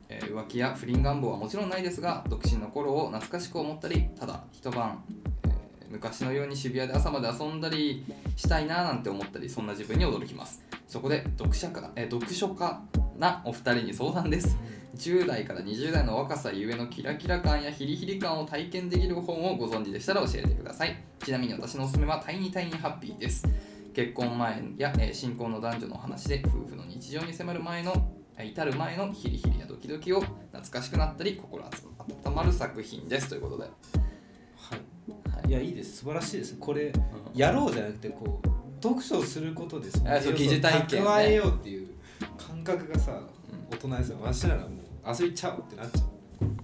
えー浮気や不倫願望はもちろんないですが独身の頃を懐かしく思ったりただ一晩、えー昔のように渋谷で朝まで遊んだりしたいななんて思ったりそんな自分に驚きますそこで読者か、えー読書家なお二人に相談です10代から20代の若さゆえのキラキラ感やヒリヒリ感を体験できる本をご存知でしたら教えてくださいちなみに私のおすすめは「タイニータイニーハッピー」です結婚前や、えー新婚の男女の話で夫婦の日常に迫る前のえー至る前のヒリヒリやドキドキを懐かしくなったり心温まる作品ですということで、
はい
はい
いやいいです素晴らしいですこれ
うん
やろうじゃなくてこう読書をすることでその
あそう
要素を
疑似体験ね
蓄えようっていう感覚がさ
うん
大人でさわしらがもう遊びちゃおうってなっちゃう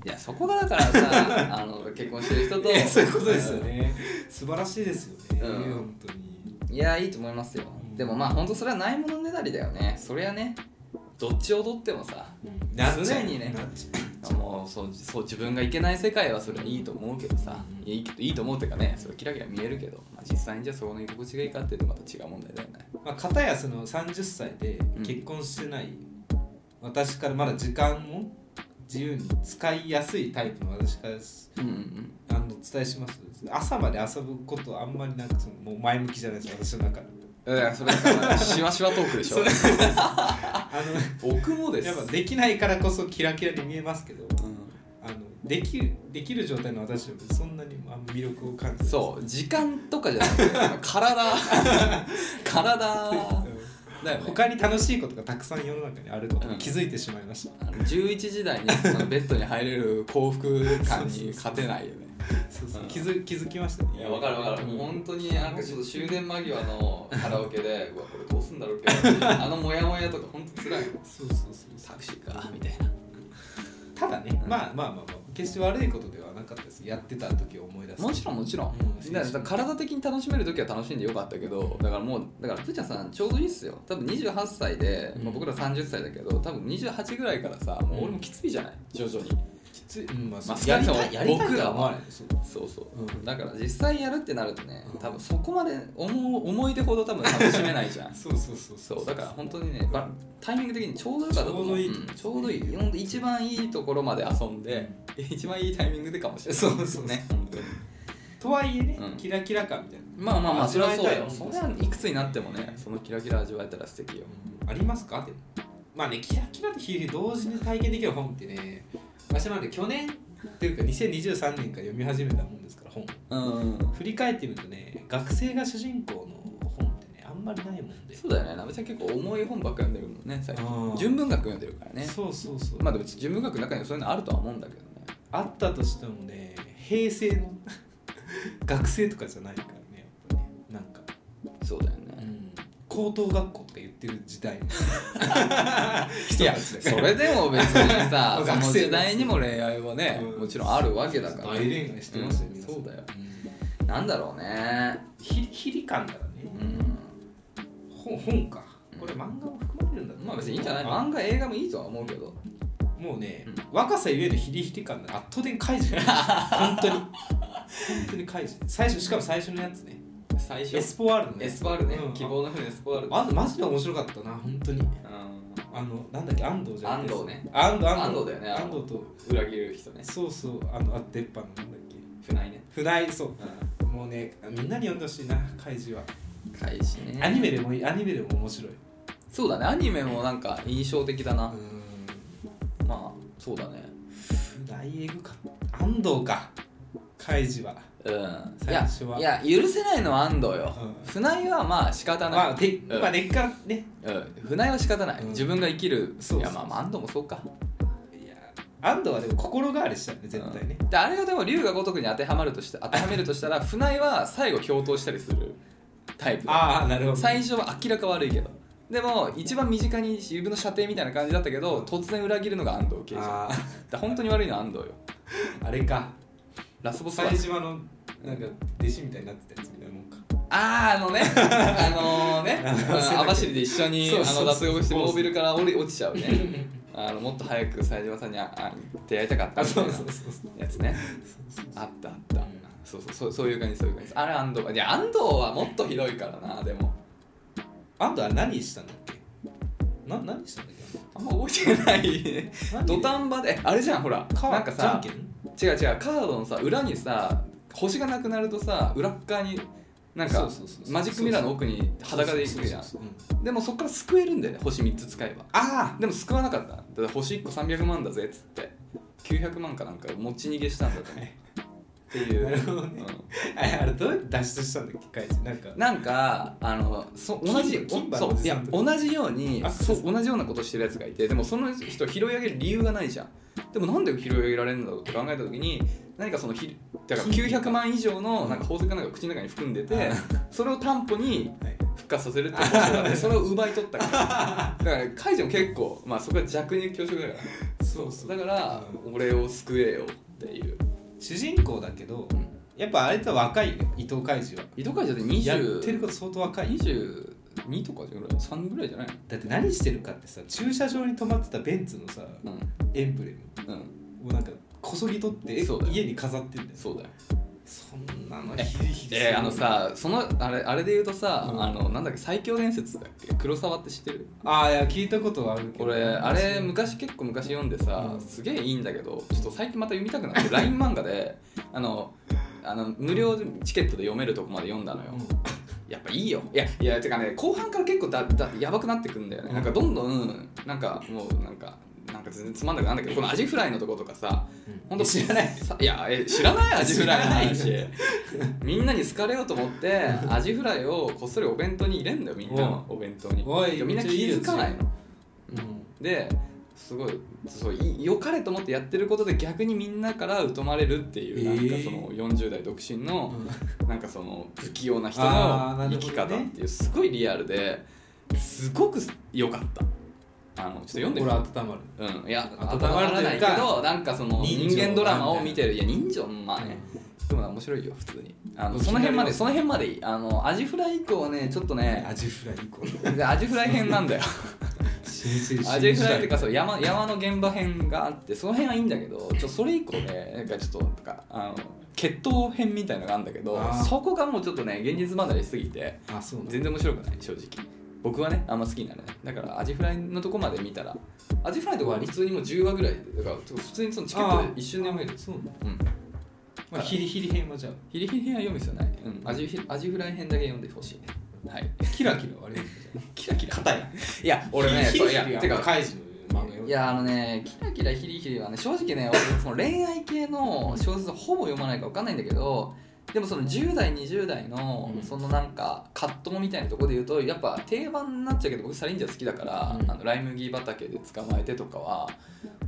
いやそこがだからさ あの結婚してる人と
いやそういうことですよね素晴らしいですよね
うん
本当に
いやいいと思いますよ
うん
でもまあほんとそれはないものねだりだよねそれはねどっちを取ってもさ
なっちゃう
常にね
なっちゃう
もうそうそう自分がいけない世界はそれはいいと思うけどさ、
うん
いいいいと思うっていうかねそれキラキラ見えるけど、まあ、実際にじゃあそこの居心地がいいかっていうとまた違う問題だよね
まあ、片やその30歳で結婚してない、私からまだ時間も自由に使いやすいタイプの私からす
うんうん
あのお伝えします朝まで遊ぶことはあんまりなんかそのもう前向きじゃないです私の中で
うんそれなんかしわしわトークでしょ
それあ
僕も
の
です
やっぱできないからこそキラキラに見えますけど
う
あのできるできる状態の私でもそんなにあんま魅力を感じ
ん
ない
そう時間とかじゃなくて 体体
うん
だよね
他に楽しいことがたくさん世の中にあることに気づいてしまいました、
あの11時台にそのベッドに入れる幸福感に勝てないよね
そうそう
うん
気づ気づきましたね
いやわかるわかる、
うん
本当になんかちょっと終電間際のカラオケ でうわこれどうすんだろうけどあのモヤモヤとか本当つらい
そうそうそう
タクシーかみたいな
ただね、まあまあまあまあ決して悪いことではなかったですやってた時を思い出す
もちろんもちろん、
うん
だから体的に楽しめる時は楽しんでよかったけどだからもうだからプチャさんちょうどいいっすよ多分28歳で、
うん
まあ、僕ら30歳だけど多分28ぐらいからさもう俺もきついじゃない徐々に
きつい、うんまあ
まあ
そうやりたい
少
や
なくと
り
も
たい
僕
とは
らは
思わないです
そうそう、
うん
だから実際やるってなるとね
うん
多分そこまで思う思い出ほど多分楽しめないじゃん
そうそうそう
そうだから本当にねばタイミング的にちょうどよかったと思う
ちょうどいい
んちょうどいいほんと一番いいところまで遊んで一番いいタイミングでかもしれない
そうそうそう
ね本当に
とはいえね、
うん
キラキラ感みたいな、
まあまあまあそれはそうよ
味
そ
わい
れ
たいよ
はいくつになってもねそのキラキラ味わえたら素敵よ
ありますかってまあねキラキラとヒール同時に体験できる本ってね私なんで去年っていうか2023年から読み始めたもんですから本
うん
振り返ってみるとね学生が主人公の本ってねあんまりないもんで
そうだよねなべちゃん結構重い本ばっか読んでるもんね最
うん
近純文学読んでるからね
そうそうそう、
まあでも純文学の中にはそういうのあるとは思うんだけどね
あったとしてもね平成の 学生とかじゃないからねやっぱねなんか、
そうだよ
う
ね
ん、高等学校とか言ってる時 代の
い
人
や
たちだ
そ
から
れでも別にさ そ
学生
の時代にも恋愛はね
うん
もちろんあるわけだから
大恋愛してましたよ、
うん
皆さん
そうだよ
ん
なんだろうね
ひひり感だからね、
うん
本本か
うん
これ漫画も含まれるんだ
まあ別にいいんじゃない漫画映画もいいとは思うけど
もうね、
う
若さゆえのヒリヒリ感が圧倒的に開示本当に本当に開示最初しかも最初のやつね
最
エスポワールの
エスパールね
うん
希望の船エスパール
あのマジで面白かったな本当に
うん
あのなんだっけ安藤じゃん
安藤ね
安藤安
安
藤
藤だよね
安藤と
裏切る人ね
そうそうあのあ出っ歯のなんだっけ
船井ね
船井そう
う
もうねみんなに読んでほしいな開示は
ん開始ね
アニメでもいいアニメでも面白い
そうだねアニメもなんか印象的だ
う
な
ーん
まあそうだね
大エグかった安藤かカイジは
うんい
最
や
初はい
や許せないのは安藤よ
うん
船井はまあ仕方
ま
な
あ
い
で、
うん
まあ根っからね
うん船井は仕方ない
うん
自分が生きる
そうそう
いやまあまあ安藤もそうか
いや安藤はでも心変わりしたよね絶対ね、
であれがでも龍が如くに当てはまるとして当てはめるとしたら船井は最後共闘したりするタイプ
ああなるほど
最初は明らか悪いけどでも一番身近に自分の射程みたいな感じだったけど突然裏切るのが安藤刑事だ
あ
から本当に悪いのは安藤よ
ああれか
ラスボスは
冴島のなんか弟子みたいになってたやつみたいなもんか
あーあ のねあのね
あの
うん網走で一緒に
そう
あ
そう
の脱獄して
そう
モービルから降り落ちちゃうねあのもっと早く冴島さんにああ出会いたかった
あ
みた
そ
いうな
そうそうそう
やつねあったあったそうそうそうそういう感じそういう感じあれ安藤いや安藤はもっとひどいからなでも
安藤は何したんだっけな何したんだっけ
あんま覚えてない
何で
土壇場であれじゃんほら
か
なんか
じゃん
さ
けん
違う違うカードのさ裏にさ星がなくなるとさ裏っ側になん
そ
か
うそうそうそう
マジックミラーの奥に裸でいくじゃん
そうそうそうそう
でもそっから救えるんだよね星3つ使えば
あ
でも救わなかっただって星1個300万だぜっつって900万かなんか持ち逃げしたんだと思うって
あ
い
なる
う、
ほどね
う
ああれどうやって脱出したんだっけカイジなんか
んなんかあのそ同じ
金金歯
お
の
そ
お
うい
じさ
や
んとか
同じように
あ
そう同じようなことしてるやつがいてでもその人拾い上げる理由がないじゃんでもなんで拾い上げられるんだろうって考えた時に何かそのひだから900万以上のなんか宝石かなんか口の中に含んでて
あ
それを担保に
はい
復活させるってことだ ってそれを奪い取ったからだからカイジも結構まあそこは弱肉強食だから
そうそう
だから、俺を救えよっていう、
主人公だけどやっぱあれとは若いよ伊藤海二は
伊藤海じゃ
やってる
20
こと相当若い
22とかじゃない3ぐらいじゃない
だって何してるかってさ駐車場に止まってたベンツのさ
の
エンブレ
うんうん
ムをなんかこそぎ取って
そうだよ
家に飾ってんだよ
そうだよ
そんな
あのえーあのさそのあれあれで言うとさ、
うん
あのなんだっけ最強伝説だっけ黒沢って知ってる
ああいや聞いたことはあるけど
俺あれ昔結構昔読んでさ
うん
すげえいいんだけどちょっと最近また読みたく なって LINE 漫画であのあの無料チケットで読めるとこまで読んだのよ、やっぱいいよいやいやてかね後半から結構だだやばくなってくんだよね、
うん
なんかどんどんなんかもうなんかなんか全然つまんなくなんだけどこのアジフライのとことかさ
うん
ほんと知らないいやえ知ら ないアジフライの
知
話みんなに好かれようと思ってアジフライをこっそりお弁当に入れんだよみんなのお弁当に
おい
でみんな気
めっちゃいいやつ
づかないの
うん
ですごいそうい良かれと思ってやってることで逆にみんなから疎まれるっていう、
えー
なんかその40代独身の、なんかその不器用な人
あーな
の
る
生
ほどね
き方っていうすごいリアルですごく良かったあのちょっと読んでみ
俺
て
温まる
うん、いや
温
温
ま
ま
ると
らな
いう
い
か
けどなんかその
人
人
情
間ドラマを見てるいや人情まあね、でも面白いよ普通にあの
気
そ
に
の
なります
辺までその辺までいいあのアジフライ以降はねちょっとね
アジフライ行 こう
でアジフライ編なんだ よ
新鮮
アジフライっていうかそう山山の現場編があってその辺はいいんだけどちょそれ以降ねなんかちょっとなんかあの決闘編みたいのがあるんだけど
あー
そこがもうちょっとね現実離れしすぎて
あそうなんだ
全然面白くない正直僕はねあんま好きになれないだからアジフライのとこまで見たらアジフライのとこは普通にもう10話ぐらいでだから普通にそのチケットで一瞬で読める
あそうなんだ
うん
まあヒリヒリ編はじゃあ
ヒリヒリ編は読む必要ない、うん、アジフアジフライ編だけ読んでほしいねはい
キラキラはあれ
キラキラ
硬い
いや俺ね
ヒ
そ
リ
うい
ヒリ
やてか
カイジの漫画よ
いやあのねキラキラヒリヒリはね正直ね俺その恋愛系の小説ほぼ読まないか分かんないんだけどでもその10代20代の
うん
そのなんか葛藤みたいなところで言うとやっぱ定番になっちゃうけど僕サリンジャー好きだから、
うん
あのライ麦畑で捕まえてとかは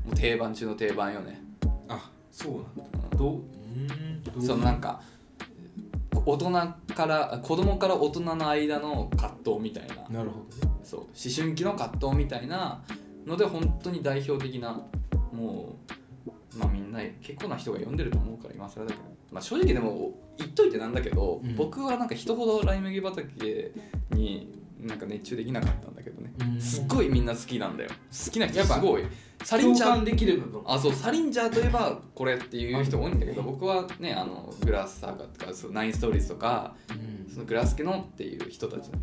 もう定番中の定番よね
あそうなんだどううーんどう
そのなんか大人から子供から大人の間の葛藤みたいな
なるほどね
そう思春期の葛藤みたいなので本当に代表的なもうまあみんな結構な人が読んでると思うから今更だけど、まあ、正直でも言っといてなんだけど、
うん
僕はなんか人ほどライ麦畑になんか熱中できなかったんだけどね
うん
すっごいみんな好きなんだよ好きな人
やっぱ
すごいサリンジャ
共
ー
感できる部分
あそうサリンジャーといえばこれっていう人多いんだけど僕はねあのグラスサーガーとかそのナインストーリーズとか
うん
そのグラスケのっていう人たちの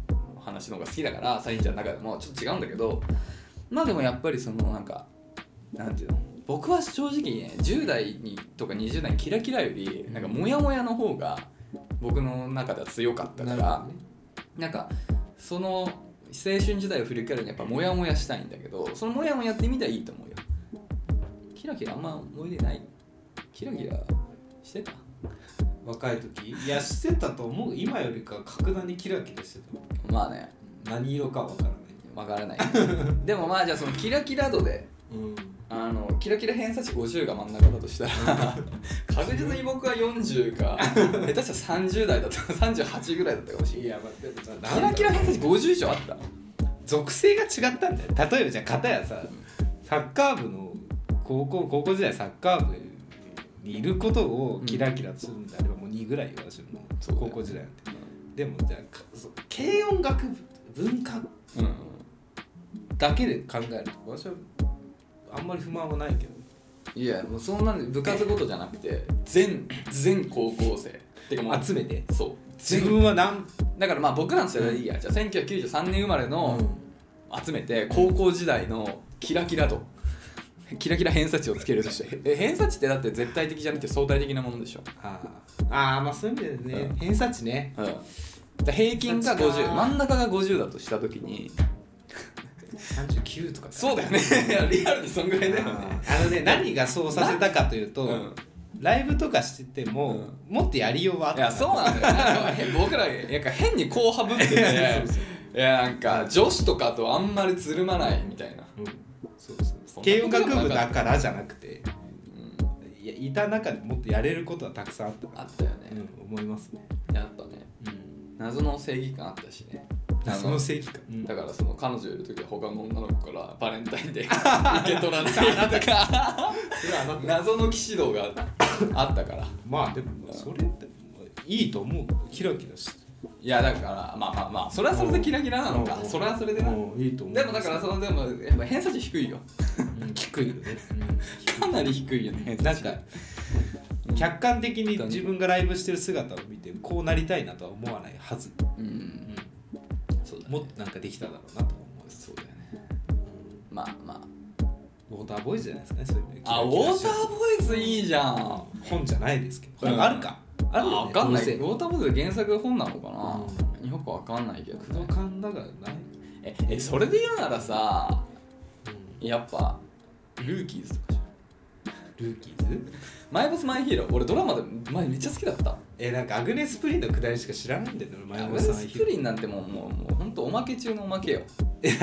話の方が好きだからサリンジャーの中でもちょっと違うんだけどまあでもやっぱりそのなんかなんていうの僕は正直ね10代にとか20代にキラキラよりなんかモヤモヤの方が僕の中では強かったか
なる
ら
ほどね
なんかその青春時代を振り返るにやっぱモヤモヤしたいんだけどそのモヤモヤって意味ではいいと思うよキラキラあんま思い出ないキラキラしてた
若い時いやしてたと思う今よりか格段にキラキラして
まあね
た何色かわからない
わからない でもまあじゃあそのキラキラ度で
うん
あのキラキラ偏差値50が真ん中だとしたら確実に僕は40か 下手したら30代だった38ぐらいだ ったかもしれ
いや待って
ないキラキラ偏差値50以上あった
属性が違ったんだよ例えばじゃあ片やさサッカー部の高校高校時代サッカー部にいることをキラキラするんであればもう2ぐらいよ私も
そうだよ
高校時代なんてでもじゃあかそう軽音楽部文化
うん、
だけで考えると私はあんまり不満はないけど
いやもうそんなんで部活ごとじゃなくて全全高校生てかもう
集めて
そう
自分は何
だからまあ僕らの世代でいいやじゃあ1993年生まれの、集めて高校時代のキラキラ度キラキラ偏差値をつけるとしてえ偏差値ってだって絶対的じゃなくて相対的なものでしょ、
あーあーまあそういう意味でね、
うん
偏差値ね
うん、だから平均が
偏差値
50
か
真ん中が50だとした時に
39とか
そうだよね いやリアルにそんぐらいだよね
あーあのね何がそうさせたかというと、
うん
ライブとかしてても、もっとやりようはあっ
い
た
やそうなんだよなんか僕らなんか変に後派ぶってて
そうそ
いやなんか女子とかとあんまりつるまないみたいな、
うん そうそう
そんな
軽音
こと
楽部
なか
だ
っ
からじゃなくて
うん
いやいた中でもっとやれることはたくさんあった
あったよね、
うん、思いますね、
やっぱね謎の正義感あったしねあ
その正義感、
だからその彼女いる時は他の女の子からバレンタインデ ー受け取らないとか謎の騎士道があったから
まあでもそれっていいと思うキラキラして
いやだからまあまあまあそれはそれでキラキラなのか
うん
それはそれでなでも
うんいいと思う
だからそのでもやっぱ偏差値低いよ
うん低いよね、
かなり低いよね
なんか
うん
客観的に自分がライブしてる姿を見てこうなりたいなとは思わないはず、
うんそうだね
もっとなんかできただろうなと思う
そうだよねまあまあ
ウォーターボーイズじゃないですかねそういうの
あウォーターボーイズいいじゃん
本じゃないですけど、
うん
あるかあるよね
わかんない
ど
ウ
うせ
ォーターボーイズ原作本なのかな、
う
よくわかんないけど
工藤勘だからない、
ええそれで言うならさやっぱルーキーズとかじゃん
ルーキーズ
マイボスマイヒーロー俺ドラマで前めっちゃ好きだった
えなんかアグネス・プリンのくだりしか知らないんだよね俺前
アグ
も
ネ
さ
スプリンなんてもうもうもうほんとおまけ中のおまけよ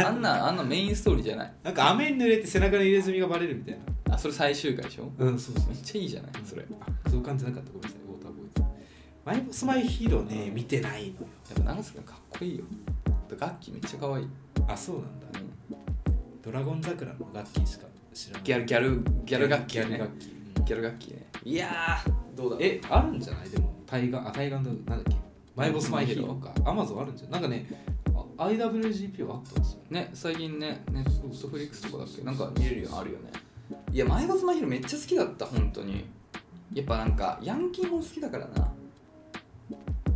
あんなあんなメインストーリーじゃない
なんか雨に濡れて背中の入れ墨がバレるみたいな
あそれ最終回でしょ
うんそうそう
めっちゃいいじゃないそれや
あそう感じなかったごめんなさいウォーターボーイズマイボスマイヒーローね、
うん
見てないのよ
っぱ長瀬君かっこいいよ楽器めっちゃ可愛い、
あそうなんだドラゴン桜の楽器しか知らない
ギャルギャルギャル楽器ね
ギャル楽器、うん
ギャル楽器ねいやーどうだろう
えあるんじゃないでも対岸あ対岸のなんだっけマイボスマイヒーローかアマゾンあるんじゃないなんかねあ IWGP はあったんですよ
ね最近ねネットフリックスとかだっけなんか見れるようにあるよねいや前松真宙めっちゃ好きだった本当にやっぱなんかヤンキーも好きだからな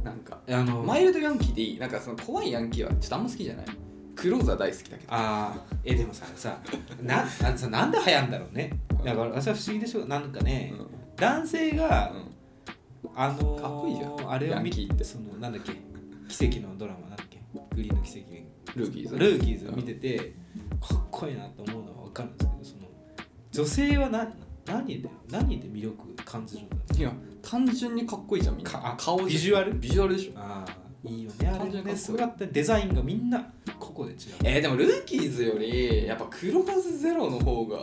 なんか
あの
マイルドヤンキーでいいなんかその怖いヤンキーはちょっとあんま好きじゃないクローザー大好きだけど
ああえでもささななさなんで流行んだろうねだから私は不思議でしょなんかね、
う
男性が、
ん
あのー、
かっこいいじゃん
あれを見
ヤンキーって
そのなんだっけ奇跡のドラマなんだっけグリーンの奇
ルーキー
跡
ズ
ルーキーズを見てて、かっこいいなと思うのは分かるんですけどその女性はな何で何で魅力感じるんだろ
いや単純にかっこいいじゃんみん
か
な
あ
顔でしょ
ビジュアル
ビジュアルでしょ
うああいいよねあ
単
れ
純にかっこい
ね
い
すごかったデザインがみんなここで違う
えー、でもルーキーズよりやっぱ黒数ゼロの方が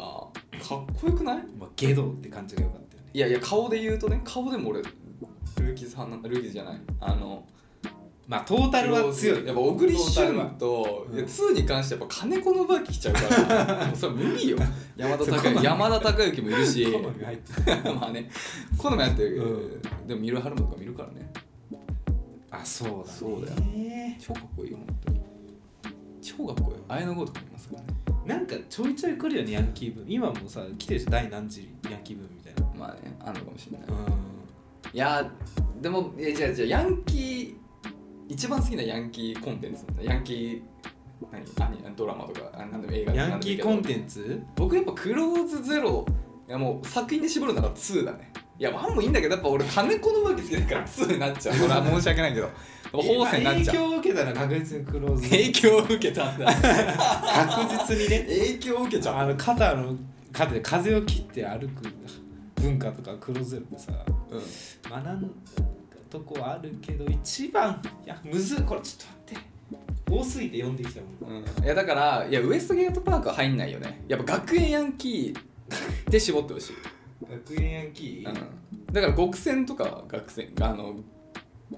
かっこよくない
まあゲドって感じが良かったよね
いやいや顔で言うとね顔でも俺ルーキーズ派なルーキーズじゃないあの
まあトータルは強い
やっぱ小栗
トータルは
旬と
うん
いや2に関してやっぱ金子のバキ来ちゃうから もうそれ無理よ山田
そこま
孝
で
之山田孝之もいるし
好みが入ってる
まあね好みやってるけど、
う
でも三浦春馬とか見るからね
あそうだね
そうだよ超かっこいいよ本当に超かっこいい綾野剛とか見ますからね
なんかちょいちょい来るよねヤンキー分今もさ来てるし第何次ヤンキー分みたいな
まあねあるのかもしれない、
う
い
ん
やーでもいや違う違うヤンキー一番好きなヤンキーコンテンツなんだヤンキー何何ドラマとかあ何でも映画とか
ヤンキーコン
ンツ
テンツ
僕やっぱクローズゼロいやもう作品で絞るなら2だねいや1もいいんだけどやっぱ俺金子のわけ好きだから2になっちゃうこれは申し訳ないけど方正になっ ち
影
ゃう
響を受けたら確実にクローズ
影響を受けた んだ
確実にね
影響を受けちゃう
あの肩の肩で風を切って歩く文化とかクローズゼロってさ
うん
学んだとこはあるけど一番いやむずっこれちょっと待って多すぎて読んできたもん
うんいやだからいやウエストゲートパークは入んないよねやっぱ学園ヤンキーで絞ってほしい、
学園ヤンキ
う
ー、
ん、だから極戦とかは学生あの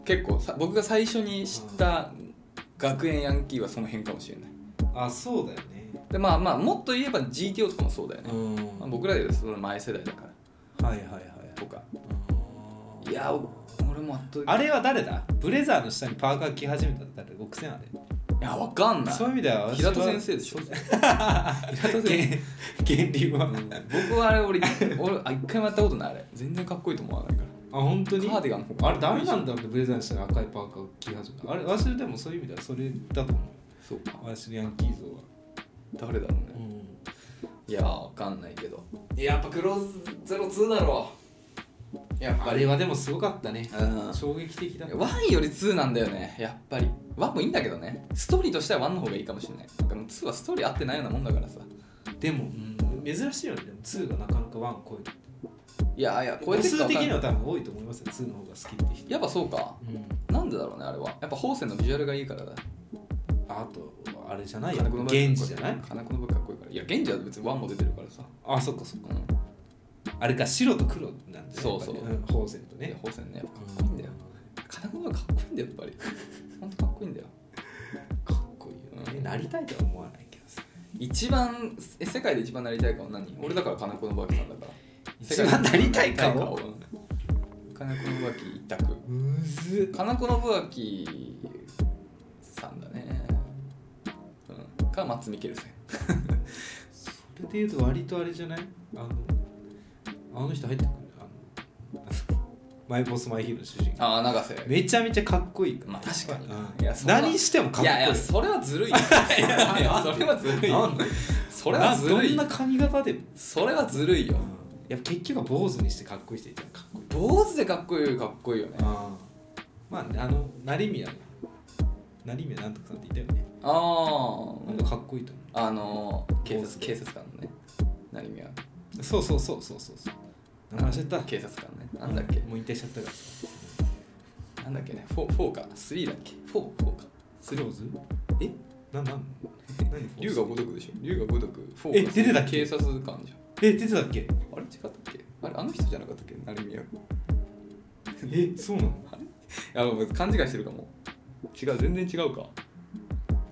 結構さ僕が最初に知った学園ヤンキーはその辺かもしれない
あそうだよね
でまあまあもっと言えば GTO とかもそうだよね、
ん
まあ、僕らで言うとその前世代だから
はいはいはい
とか
うん
いやお俺も圧倒的
あれは誰だブレザーの下にパーカー着始めたの誰極戦あれ
いやわかんない
そういう意味では私
平
は
戸先生でしょ
原原理
平戸先生
は、
う
あ
ん僕はあれ俺俺あ一回もやったことないあれ全然かっこいいと思わないから
本当に
カーディガンの方が
あれ誰なんだろうってブレザーにしたら赤いパーカー着始めたあれ私でもそういう意味ではそれだと思
そうか
う私のヤンキー像は、
誰だろうねいやわかんないけどやっぱクローズゼロツーだろやっ
あ
ぱ
れ
り
はでもすごかったね
うん
衝撃的だった
ワンよりツーなんだよねやっぱりワンもいいんだけどねストーリーとしてはワンの方がいいかもしれないでもツーはストーリー合ってないようなもんだからさ
でも、珍しいよねでも2がなかなか1を超える
いやいや超え
個
てっか
数
わ
的
かん
に
ない
は多分多いと思いますよ2の方が好きって人
やっぱそうか
うん
なんでだろうねあれはやっぱ方正のビジュアルがいいからだ
あとあれじゃないやっ
金
ぱ
子の
現
場合
地じゃない
金子の部かっこいいからいや現地は別にワンも出てるからさ、
あそっかそっ
う
か
ん、
あれか白と黒なんで
そうそう
宝泉と
ね
ね
方正ねやっぱかっこいいんだよ金子の部かっこいいんだよやっぱりほんとかっこいいんだよ
かっこいいよねなりたいとは思わないけどさ
一番え世界で一番なりたい顔何俺だから金子のバキさんだから
一番なりたい顔
世界で一番なりたい顔うん金子のバキ一択
むず
金子のバキさんだねうんか松ミケルセン
それで言うと割とあれじゃないあのあの人入ってくるあのマイボスマイヒーローの主人公
ああ永瀬
めちゃめちゃかっこいいから
まあ確かに
うん
いやそれは
何してもかっ
い
こいい
やいやそれはずるいよいやいやそれはずるい
な
よ
んで
それはずるい
などんな髪型でも、
それはずるいよ
いや結局は坊主にしてかっこいい人いたらかっこいい
坊主でかっこいいよりかっこいいよね
まああの成宮の成宮なんとかさんっていたよね
あ
な
あ
んかかっこいいと思
あのー警
坊主
察
で
警察官のね何宮
うそうそうそうそうそうそう名前忘れた
警察官ねなんだっけ
もう引退しちゃったから
なんだっけねフォーフォーかスリーだっけフォーフォーか
スローズ
え
なんなん何
龍が如くでしょ龍が如くフォ
え出てたっけ
警察官じゃん
え出てたっけ
あれ違ったっけあれあの人じゃなかったっけ成宮
えそうなの
あもう勘違いしてるかも違う全然違うか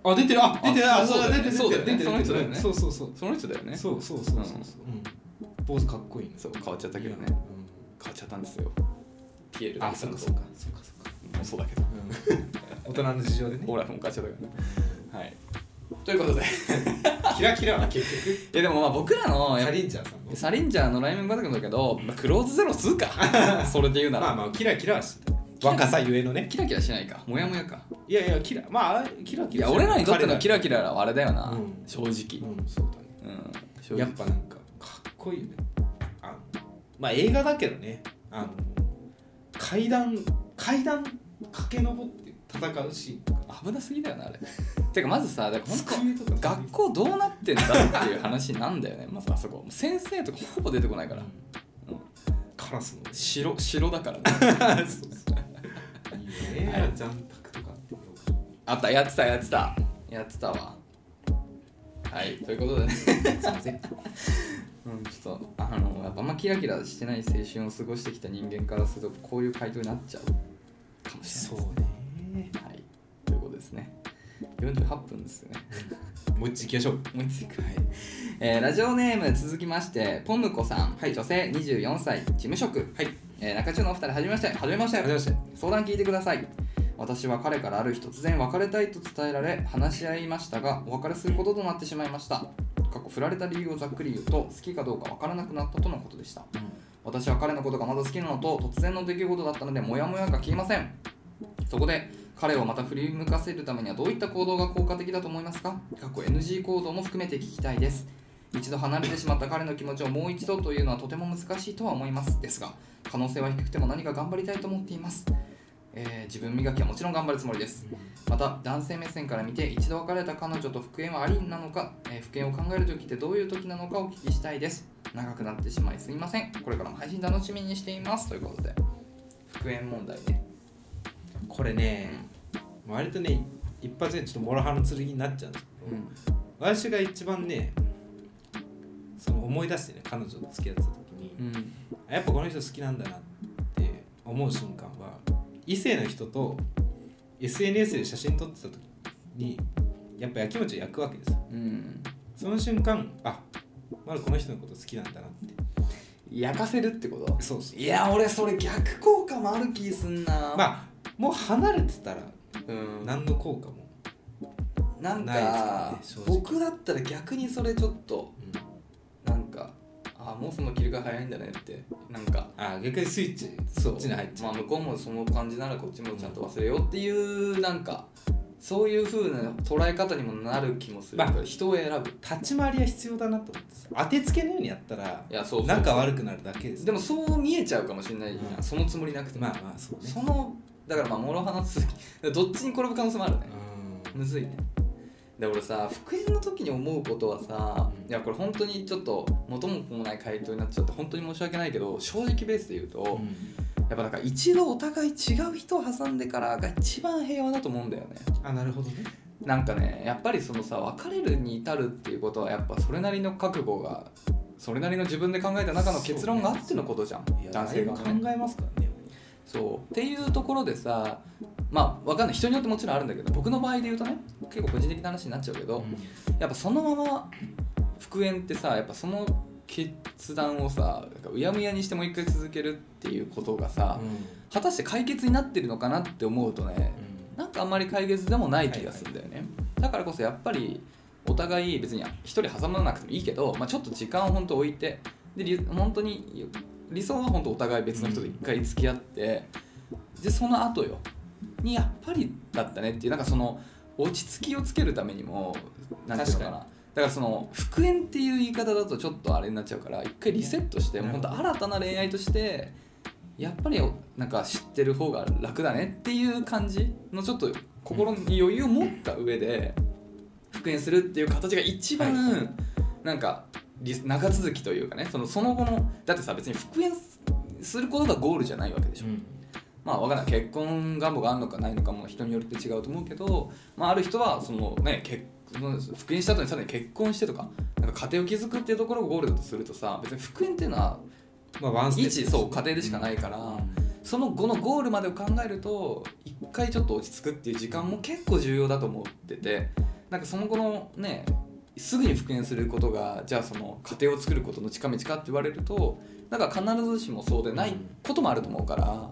あ出てるあ出てるあ
あ
そうだ
そうだ
出てる
よねそうだよね
出てる
その人だよね
そうそうそう
その人だよね
そうそうそうそうそううん坊主かっこいいね
そう変わっちゃったけどね
いや
変わっちゃったんですよピエール
うんあそうかそうかそうかそうか
もうそうだけど
うん大人の事情 でね
オラフも変わっちゃったからねはいということで
キラキラ は結局
いやでもまあ僕らのやっ
サ
ぱ
リンジャーさんの
サリンジャーのライメンバトルだけど、まあ、クローズゼロする かそれで言うなら、
まあまあキラキラはしてた若さゆえのね
キラキラしないかモヤモヤか
いやいやキラまあキラキ
い
ラ
や俺らにとってのキラ
キ
キラはあれだよな、
うん
正直
うんそうだね
うん正直
やっぱなんかかっこいいよねあのまあ映画だけどねあの階段階段駆け上って戦うシーンとか
危なすぎだよなあれてかまずさだから本
机とか
当学校どうなってんだっていう話なんだよねまずあそこもう先生とかほぼ出てこないから、うん
カラスの
城城だからね
いいね
はい
ジャンタク とかって
あったやってたやってたやってたわはいということでね、
すいません
うん、ちょっとあのやっぱあんまキラキラしてない青春を過ごしてきた人間からするとこういう回答になっちゃうかもし
そ
れ
う
ない
ね
ですねはいということですね48分ですね
もう一度いきましょう
もう一回、えーラジオネーム続きましてポムコさん、女性24歳事務職、えー中中のお二人はじめましてはじめまして
はじめまして
相談聞いてください私は彼からある日突然別れたいと伝えられ話し合いましたがお別れすることとなってしまいました過去振られた理由をざっくり言うと好きかどうか分からなくなったとのことでした私は彼のことがまだ好きなのと突然の出来事だったのでモヤモヤが消えませんそこで彼をまた振り向かせるためにはどういった行動が効果的だと思いますか過去 NG 行動も含めて聞きたいです一度離れてしまった彼の気持ちをもう一度というのはとても難しいとは思いますですが可能性は低くても何か頑張りたいと思っています、えー自分磨きはもちろん頑張るつもりですまた男性目線から見て一度別れた彼女と復縁はありなのか、えー復縁を考える時ってどういう時なのかお聞きしたいです長くなってしまいすみませんこれからも配信楽しみにしていますということで復縁問題ね
これね割とね一発でちょっとモラハラの剣になっちゃうんですけど、私が一番ねその思い出してね彼女と付き合ってた時に、
うん
あやっぱこの人好きなんだなって思う瞬間は異性の人と SNS で写真撮ってた時にやっぱやきもちを焼くわけですよ
うん
その瞬間あまだこの人のこと好きなんだなって
焼かせるってこと
そうそう
いや俺それ逆効果もある気すんなまあ
まあもう離れてたら
うん
何の効果も、
なん
ないです
か
からね正直
僕だったら逆にそれちょっとなんかあもうその切り替え早いんだねってなんか
あ逆にスイッチそっちに入っちゃう、
まあ、向こうもその感じならこっちもちゃんと忘れようっていうなんかそういう風な捉え方にもなる気もするから、
まあ
人を選ぶ
立ち回りは必要だなと思ってさ当てつけのようにやったら
いやそうそう
仲悪くなるだけです
でもそう見えちゃうかもしれないじゃん、
うん
そのつもりなくても、
まあまあそうね
そのだからまあ諸刃の続き どっちに転ぶ可能性もあるね
う
むずいねで俺さ復縁の時に思うことはさ、
うん
いやこれ本当にちょっと元も子もない回答になっちゃって本当に申し訳ないけど正直ベースで言うと、
ん
やっぱなんか一度お互い違う人を挟んでからが一番平和だと思うんだよね
あなるほどね
なんかねやっぱりそのさ別れるに至るっていうことはやっぱそれなりの覚悟がそれなりの自分で考えた中の結論があってのことじゃん、
いや
男性が
だいぶ
ね
考えますからね
そうっていうところでさまあわかんない人によってもちろんあるんだけど僕の場合で言うとね結構個人的な話になっちゃうけど、やっぱそのまま復縁ってさやっぱその決断をさなんかうやむやにしてもう一回続けるっていうことがさ、果たして解決になってるのかなって思うとねなんかあんまり解決でもない気がするんだよね、だからこそやっぱりお互い別に一人挟まなくてもいいけど、まあ、ちょっと時間を本当置いてでり本当に理想は本当お互い別の人と一回付き合って、でその後よにやっぱりだったねっていうなんかその落ち着きをつけるためにもなんていうのかな
確
だからその復縁っていう言い方だとちょっとあれになっちゃうから一回リセットしてもう本当新たな恋愛としてやっぱりなんか知ってる方が楽だねっていう感じのちょっと心に余裕を持った上で復縁するっていう形が一
は
番なんかリ長続きというかねそのその後のだってさ別に復縁することがゴールじゃないわけでしょ、
うん
まあわからない結婚願望があるのかないのかも人によって違うと思うけど、まあ、ある人はそのね結その復縁した後にさらに結婚してとかなんか家庭を築くっていうところをゴールだとするとさ別に復縁っていうのは
まあワンステップ
一そう家庭でしかないから、その後のゴールまでを考えると一回ちょっと落ち着くっていう時間も結構重要だと思っててなんかその後のねすぐに復縁することがじゃあその家庭を作ることの近道かって言われるとなんか必ずしもそうでないこともあると思うから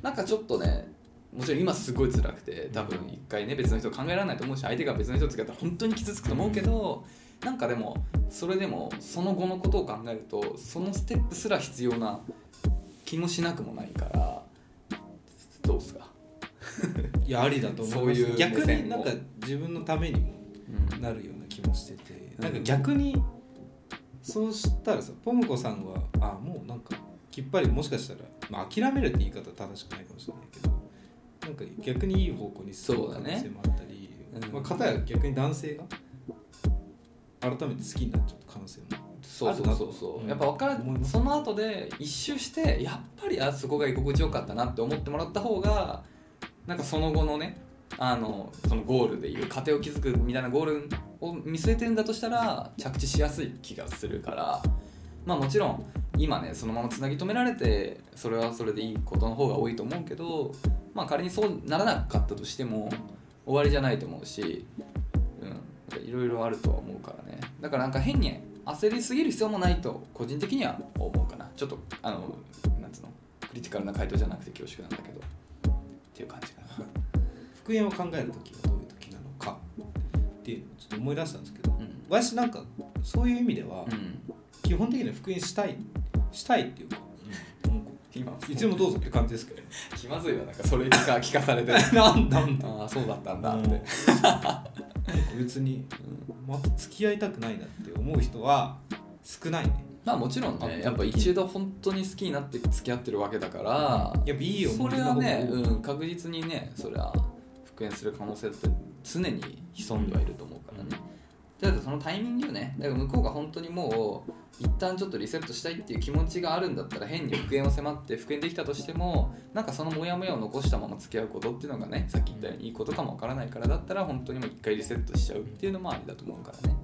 なんかちょっとねもちろん今すごい辛くて多分一回ね別の人考えられないと思うし相手が別の人と付き合ったら本当に傷つくと思うけどなんかでもそれでもその後のことを考えるとそのステップすら必要な気もしなくもないからどうですか、
いやありだと思います
そういう
逆
目線
に
も
なんか自分のためにもなるような気もしてて、
うん
なんか逆にそうしたらさポムコさんはあもうなんかきっぱりもしかしたら、まあ、諦めるって言い方は正しくないかもしれないけどなんか逆にいい方向に進む可能性もあったり、
そうだねうん
まあ、片や逆に男性が改めて好きになっちゃった可能性も
そうそうそうそう、
うん
やっぱ分か
思い
る
ます
その後で一周してやっぱりあそこが居心地よかったなって思ってもらった方がなんかその後のねあのそのゴールでいう家庭を築くみたいなゴールを見据えてるんだとしたら着地しやすい気がするからまあもちろん今ねそのままつなぎ止められてそれはそれでいいことの方が多いと思うけどまあ仮にそうならなかったとしても終わりじゃないと思うしうんいろいろあるとは思うからねだからなんか変に焦りすぎる必要もないと個人的には思うかなちょっとあのなんつうのクリティカルな回答じゃなくて恐縮なんだけどっていう感じかな
復縁を考える時はどういう時なのかっていうのをちょっと思い出したんですけど
うん
私なんかそういう意味では
うん
基本的には復縁したいしたいっていうか、なんか
今
いつでもどうぞって感じですけど
気まずいわなんかそれ聞か聞か されて
なんだなんだ
ああそうだったんだって、
うん 別にまた付き合いたくないなって思う人は少ないね
まあもちろんねやっぱ一度本当に好きになって付き合ってるわけだから
やっぱいい思
そ
い出
れ
の
は
方が
ね、
多い
うん、確実にねそれは復縁する可能性って常に潜んではいると思うからね、だからそのタイミングよねだから向こうが本当にもう一旦ちょっとリセットしたいっていう気持ちがあるんだったら変に復縁を迫って復縁できたとしてもなんかそのモヤモヤを残したまま付き合うことっていうのがねさっき言ったようにいいことかもわからないからだったら本当にもう一回リセットしちゃうっていうのもありだと思うからね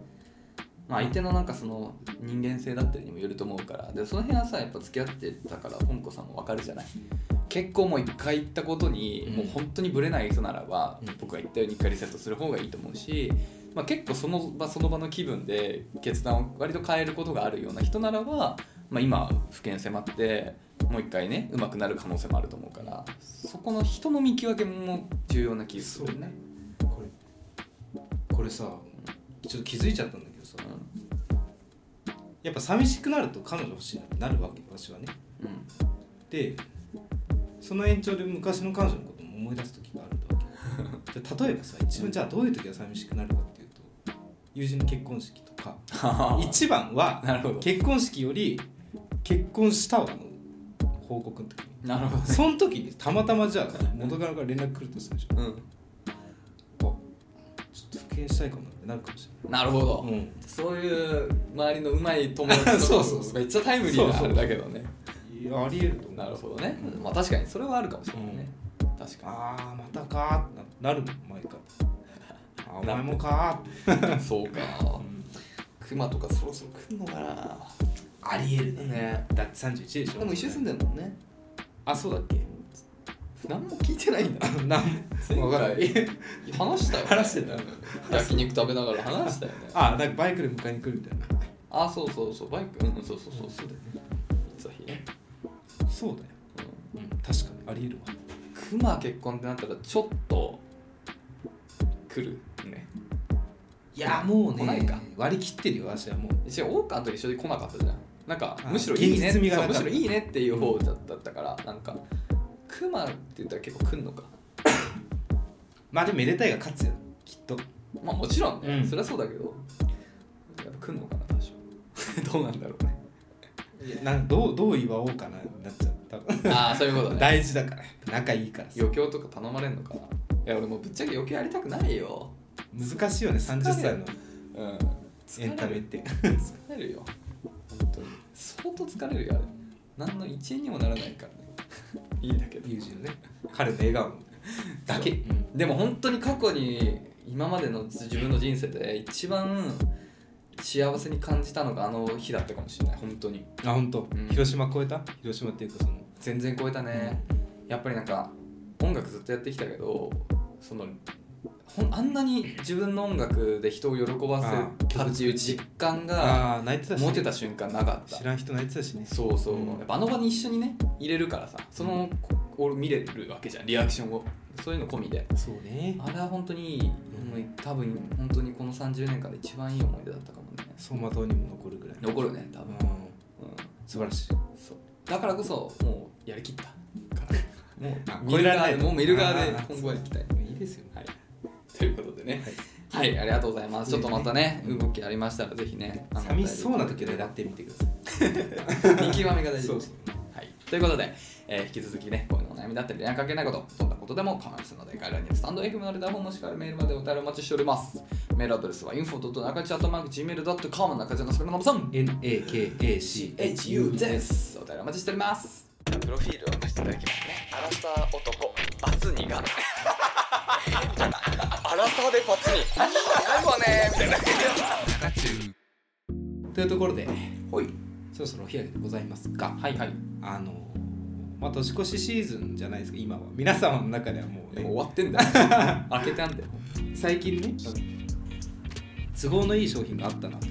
まあ、相手のなんかその人間性だったりにもよると思うからでその辺はさやっぱ付き合ってたから本子さんもわかるじゃない結構もう一回言ったことに、
うん
もう本当にブレない人ならば、
うん
僕が言ったように一回リセットする方がいいと思うし、まあ、結構その場その場の気分で決断を割と変えることがあるような人ならば、まあ、今不見迫ってもう一回ね上手くなる可能性もあると思うからそこの人の見極めも重要な気がするね。
これこれさちょっと気づいちゃったんだけどさやっぱ寂しくなると彼女欲しいなるわけ私はね
うんうん
でその延長で昔の彼女のことも思い出す時があるわけで例えばさ一番じゃあどういう時は寂しくなるかっていうと友人の結婚式とか一番は
なるほど
結婚式より結婚したわの報告の時に
なるほどね。
その時にたまたまじゃあ元から連絡来るとするで しょ
う
あ
ん
ちょっと復縁したいかもなってなるかもし
なるほ
れ
ど、
ない、うん
そういう周りのうまい友達と か
そうそうそう
めっちゃタイムリー
そ
な
う
あ
そう
れだけどね
いやありえると思う
なるほどね、まあ確かにそれはあるかもしれないね、確か
ああまたかーってなるもん毎回あーお
な
前
る
もかーって
に そうかクマとかそろそろ来るのかな
ありえる
ね
だって31でしょ
でも一緒に住んでるもんね
あそうだっけ
何も聞いてないんだ
あなん
前
わからな
回 話したよ、ね、
話してた
焼肉食べながら話したよね
あなんかバイクで迎えに来るみたいな
あそうそうそうバイクうんうんそうそうそうそうだよねぜひね、
そうだよ、
うん
うん、確かにありえるわ
クマ結婚ってなったらちょっと来るね
いやもう
来ないか
ね割り切ってるよ私はもう
一応オーカーと一緒で来なかったじゃんなんか
あ
むしろいいね
現実味がなか
そう
った
むしろいいねっていう方だったからなんかクマって言ったら結構来んのか
まあでもめでたいが勝つよきっと
まあもちろんね、
うん
そりゃそうだけどやっぱ来んのかな多少 どうなんだろうね
なんどうどう祝おうかななっちゃった
ああそういうこと ね
大事だから仲いいからさ
余興とか頼まれんのかないや俺もうぶっちゃけ余興やりたくないよ
難しいよね30歳の
うん
エンタメっ
疲
て
れるよ本当に相当疲れるよあれ何の一円にもならないからね いいんだけど
友人のね彼の笑顔だけ、
そうでも本当に過去に今までの自分の人生で一番幸せに感じたのがあの日だったかもしれない本当に
あ本当、
うん
広島超えた広島っていうかその
全然超えたね、やっぱりなんか音楽ずっとやってきたけどそのほんあんなに自分の音楽で人を喜ばせたっていう実感が
ああー泣いてたし
持てた瞬間なかった
知らん人泣いてたしね
そうそう、
うん
やっぱあの場に一緒にね入れるからさそのこを見れるわけじゃんリアクションをそういうの込みで
そうね
あれは本当にいい、
うん
もう多分本当にこの30年間で一番いい思い出だったかもね
走馬灯にも残るぐらい
残るね多
う
分、
ん
うん、
素晴らしい
そうだからこそもうやりきったからも
あ超
う見
え
る
られな
側
い
でもう見る側で
あー
今後は行きたい
いいですよね
はいということでね
はい
はい、ありがとうございますちょっとまたね
うん
動きありましたらぜひねあの
寂しそうな時は狙ってみてください
見極めが大事
そう
です。はい、ということで、えー引き続きね、こういうのお悩みだったり、連絡かけないこと、どんなことでも構いませんので、概要欄にスタンド FM のレターフォームもしくはメールまでお便りお待ちしております。メールアドレスは info.nakachi.gmail.com 中島さんの皆さん、
NAKACHU
HU
で
ですす。お便りお待ちしております。プロフィールを出していただきますね。アラサー男、バツニが。アラサーでバツニ。ないわねみたいな。
というところで
ほい。
そろそろお開きでございますが
はいはい。
あのまあ年越しシーズンじゃないですか今は皆様の中ではもう
でも
ね
終わってん だよ。開けてあんだよ。
最近ね都合のいい商品があったなと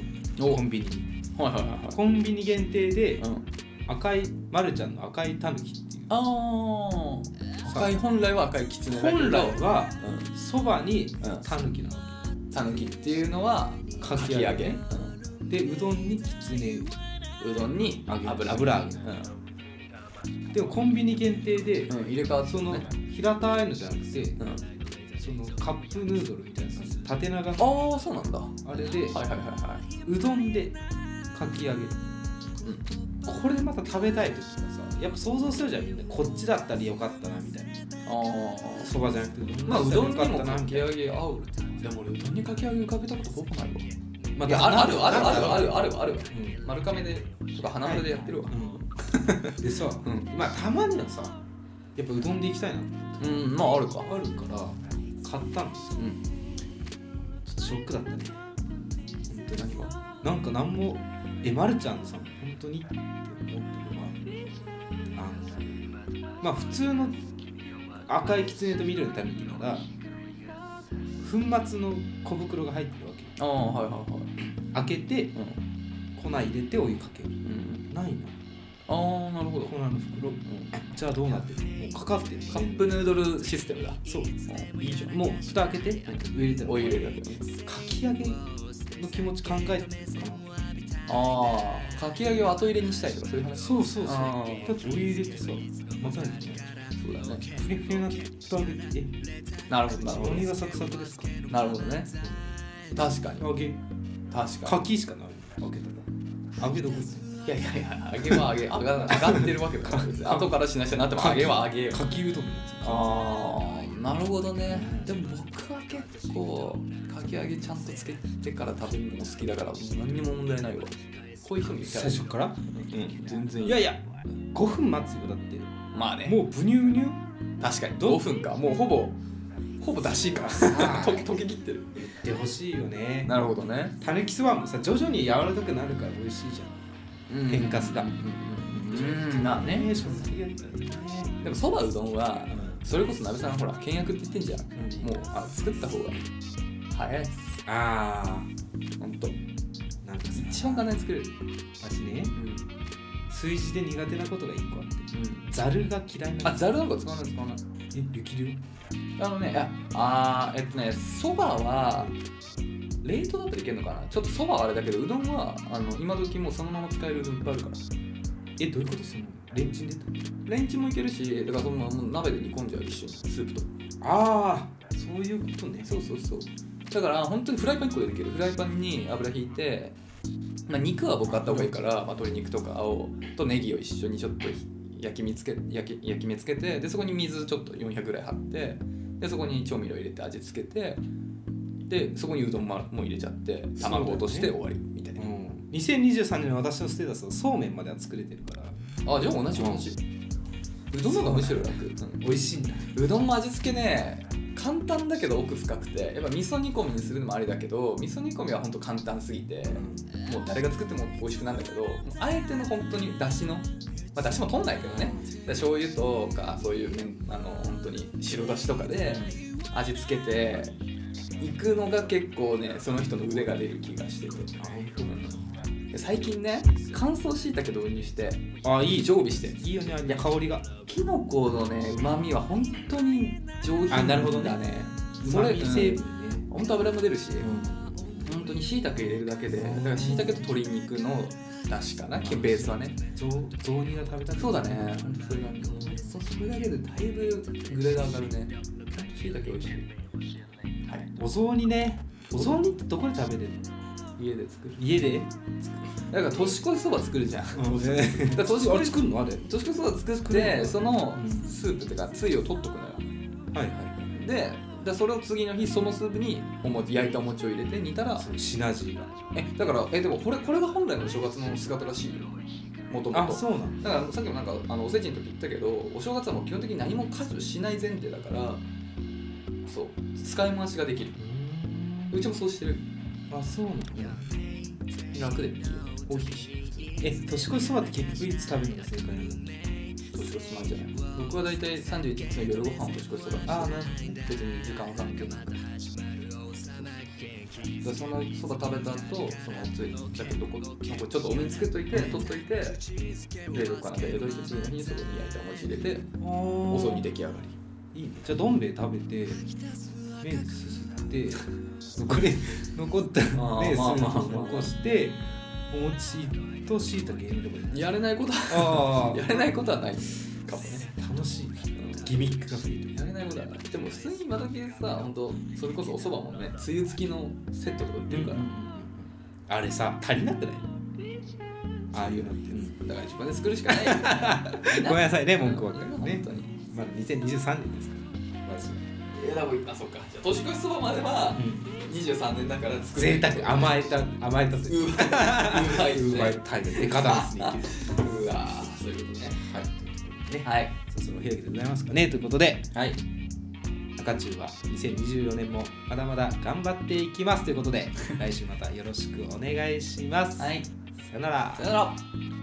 お
コンビニに
はいはいはいはい。
コンビニ限定で
うん
赤いまるちゃんの赤いタヌキっていう
あー赤い本来は赤い狐だけど
本来は
う
そばに
ん
タヌキなの
んタヌキっていうのは
か
か
き
き
揚げ
揚げ
でうどんにきつね
うどんに
揚げ
油
油揚げでもコンビニ限定で
うん、うん、入れ替わって
その
ね
平たいのじゃなくて
うん、あ
そのカップヌードルみたいな感じで縦長の
あそうなんだは
あれで
いはいはいは
うどんでかき揚げ
い、うん、
これでまた食べたい時とかさやっぱ想像するじゃんみんなこっちだったらよかったなみたいな
あ
そばじゃなくて
あまあうどん
だ
に
ったらよか
もか
ったなみ
き
たい
揚げ合うでも俺うどんにかき揚げ浮かべたことほぼないわ
なま
いやあるあるあるあるあるあ
る
るある丸亀でとか花丸でやってるわ、
でさ
うん
まあたまにはさやっぱうどんで行きたいな
うんまああるか
あるから買ったんですよ
うん
ちょっとショックだったね
本当に何が
なんか何もえまるちゃんさん本当にって思ったのはあのまあ普通の赤いきつねと緑のためになら粉末の小袋が入ってるわけよ
ああはいはいはい
開けて
うん
粉入れてお湯かける
うん
ない
ああなるほ
な
ど、
粉の袋
うん、
じゃあどうなってるのもうかかってる
カップヌードルシステムだ
そう
いいじゃ
もう蓋開けて上入れたら
お湯入れるだけ
かき揚げの気持ち考えてるか
ああかき揚げを後入れにしたいとかそういう
な
話
そうそうそうだ
あ
っ
ー
てお湯入れてさまたね
そうだね
ふにゃふにゃな蓋開けてえ
なるほどなるほ
何がサクサクですか
どなるほどね確かに
揚げ
確か
柿しかない開けたら揚げどこ
にいやいやいや揚げは揚げ上が上がってるわけだから 別に後からしなしゃなっても揚げは揚げよ
柿うどんのやつ
ああなるほどねでも僕は結構かき揚げちゃんとつけてから食べるのも好きだから何にも問題ないわこういう人もいた
最
ら
初から
うん全然い
い
い
やいや5分待つよだって
まあね
もうブニュブニュ
確かに5分かもうほぼほぼ出しからと溶け切ってる
言ってほしいよね
なるほどね
たぬきそばもさ徐々に柔らかくなるから美味しいじゃ天かすだ
うんうんまあ
ん
ね
ねえ食費やったらね
でもそばうどんはそれこそ鍋さんほら倹約って言ってんじゃんもうあの作った方が早いっす
あ
ほんと
ーなんかさ
一番簡単に作れる
私ね炊事で苦手なことが一個あって
うん
ざるが嫌いな
あ
の
ざるなんか使わない使わない
え雪量
あのねああーえっとねそばは冷凍だったらいけるのかなちょっとそばはあれだけどうどんはあの今時もうそのまま使えるうどんいっぱいあるから
えどういうことするのレンチンで
レンチンもいけるしだからそのままもう鍋で煮込んじゃう一緒にスープと
ああそういうことね
そうそうそうだから本当にフライパン1個でできるフライパンに油引いて、まあ、肉は僕あった方がいいから、まあ、鶏肉とかをとネギを一緒にちょっと焼き目つけ焼き焼き目つけてでそこに水ちょっと400ぐらい張ってでそこに調味料入れて味付けてでそこにうどんももう入れちゃって
そうだよね
卵落として終わりみたいな、
うん、2023年の私のステータスはそうめんまでは作れてるから
あじゃあ同じ同じうどんの方がむしろ楽、うん
美味しいんだ
うどんの味付けね簡単だけど奥深くてやっぱ味噌煮込みにするのもありだけど味噌煮込みはほんと簡単すぎてもう誰が作っても美味しくなるんだけどあえての本当にだしのまあだしも取んないけどねだから醤油とかそういう麺あの本当に白だしとかで味付けていくのが結構ねその人の腕が出る気がしててうんで最近ね乾燥しいたけ導入して
あいい
常備して
いいよねいや香りが
きのこのねうまみは本当に上品
あなるほどね
だね
そ
それ
れ成分ね、
本当油も出るし、
うん
本当にしいたけ入れるだけでだからしいたけと鶏肉のだしかなきベースはね
雑雑煮が食べたくなる
そうだね本当それがそそれだけでだいぶグレード上がるねしいたけ美味しいはい
お雑煮ねお雑煮ってどこで食べれるの
家で作る
家で
だから年越しそば作るじゃんだか
うん
ら年越し
あれ作るのあれ
年越しそば作っ
作る
て
の
その
うん
スープっていうかつゆを取っとくのよ
はいは
ででそれを次の日そのスープにお餅焼いたお餅を入れて煮たら
いシナジーが
えだからえでもこれこれが本来の正月の姿らしいよもとも
あ
と
そうなん
だからさっきもなんかあのおせちの時言ったけどお正月はもう基本的に何も家事をしない前提だからそう使い回しができるうちもそうしてる
あそうなん
楽でできる美味しいし
え年越しそばって結局いつ食べるのが正解なの
年越しなんじゃない僕は大体31日の夜ご飯を年越しとかにして
あなるほどね
別に時間は関係ないでそのそば食べた後そのついだけどこなんかちょっとお水つけといて取っといて冷蔵庫から冷凍して次の日にそこに焼いたお餅入れてお雑煮出来上がり
いいねじゃあどん兵衛食べて麺すすって残 り残った
あー
麺す
まあまあ
す残してお餅としいたけ入れ ればいい
やれないことは
あ
やれないことはないかもね。
あ楽しいギミックが増える
やれないことはない。でも普通に今だけさ、本当それこそお蕎麦もね、梅雨付きのセットとか売ってるから。
あれさ足りなくないああいうのって、
だから自分で作るしか ないよ。
ごめんなさいね文句ばっかりね
本当に。
まだ2023年ですか
えだもあ、そうか。じゃあ年越しそばまでは
ら、うん、
23年だから作
贅
る。
沢甘えた甘えたと
う
いう
わ、うまいっす
う
ね。
まいタイプデカダンスに生きる
うわそういうことね。
はいということでね
はい。
そろそろお開きでございますかねということで
はい。
赤中は2024年もまだまだ頑張っていきますということで来週またよろしくお願いします、
はい。
さよなら
さよなら。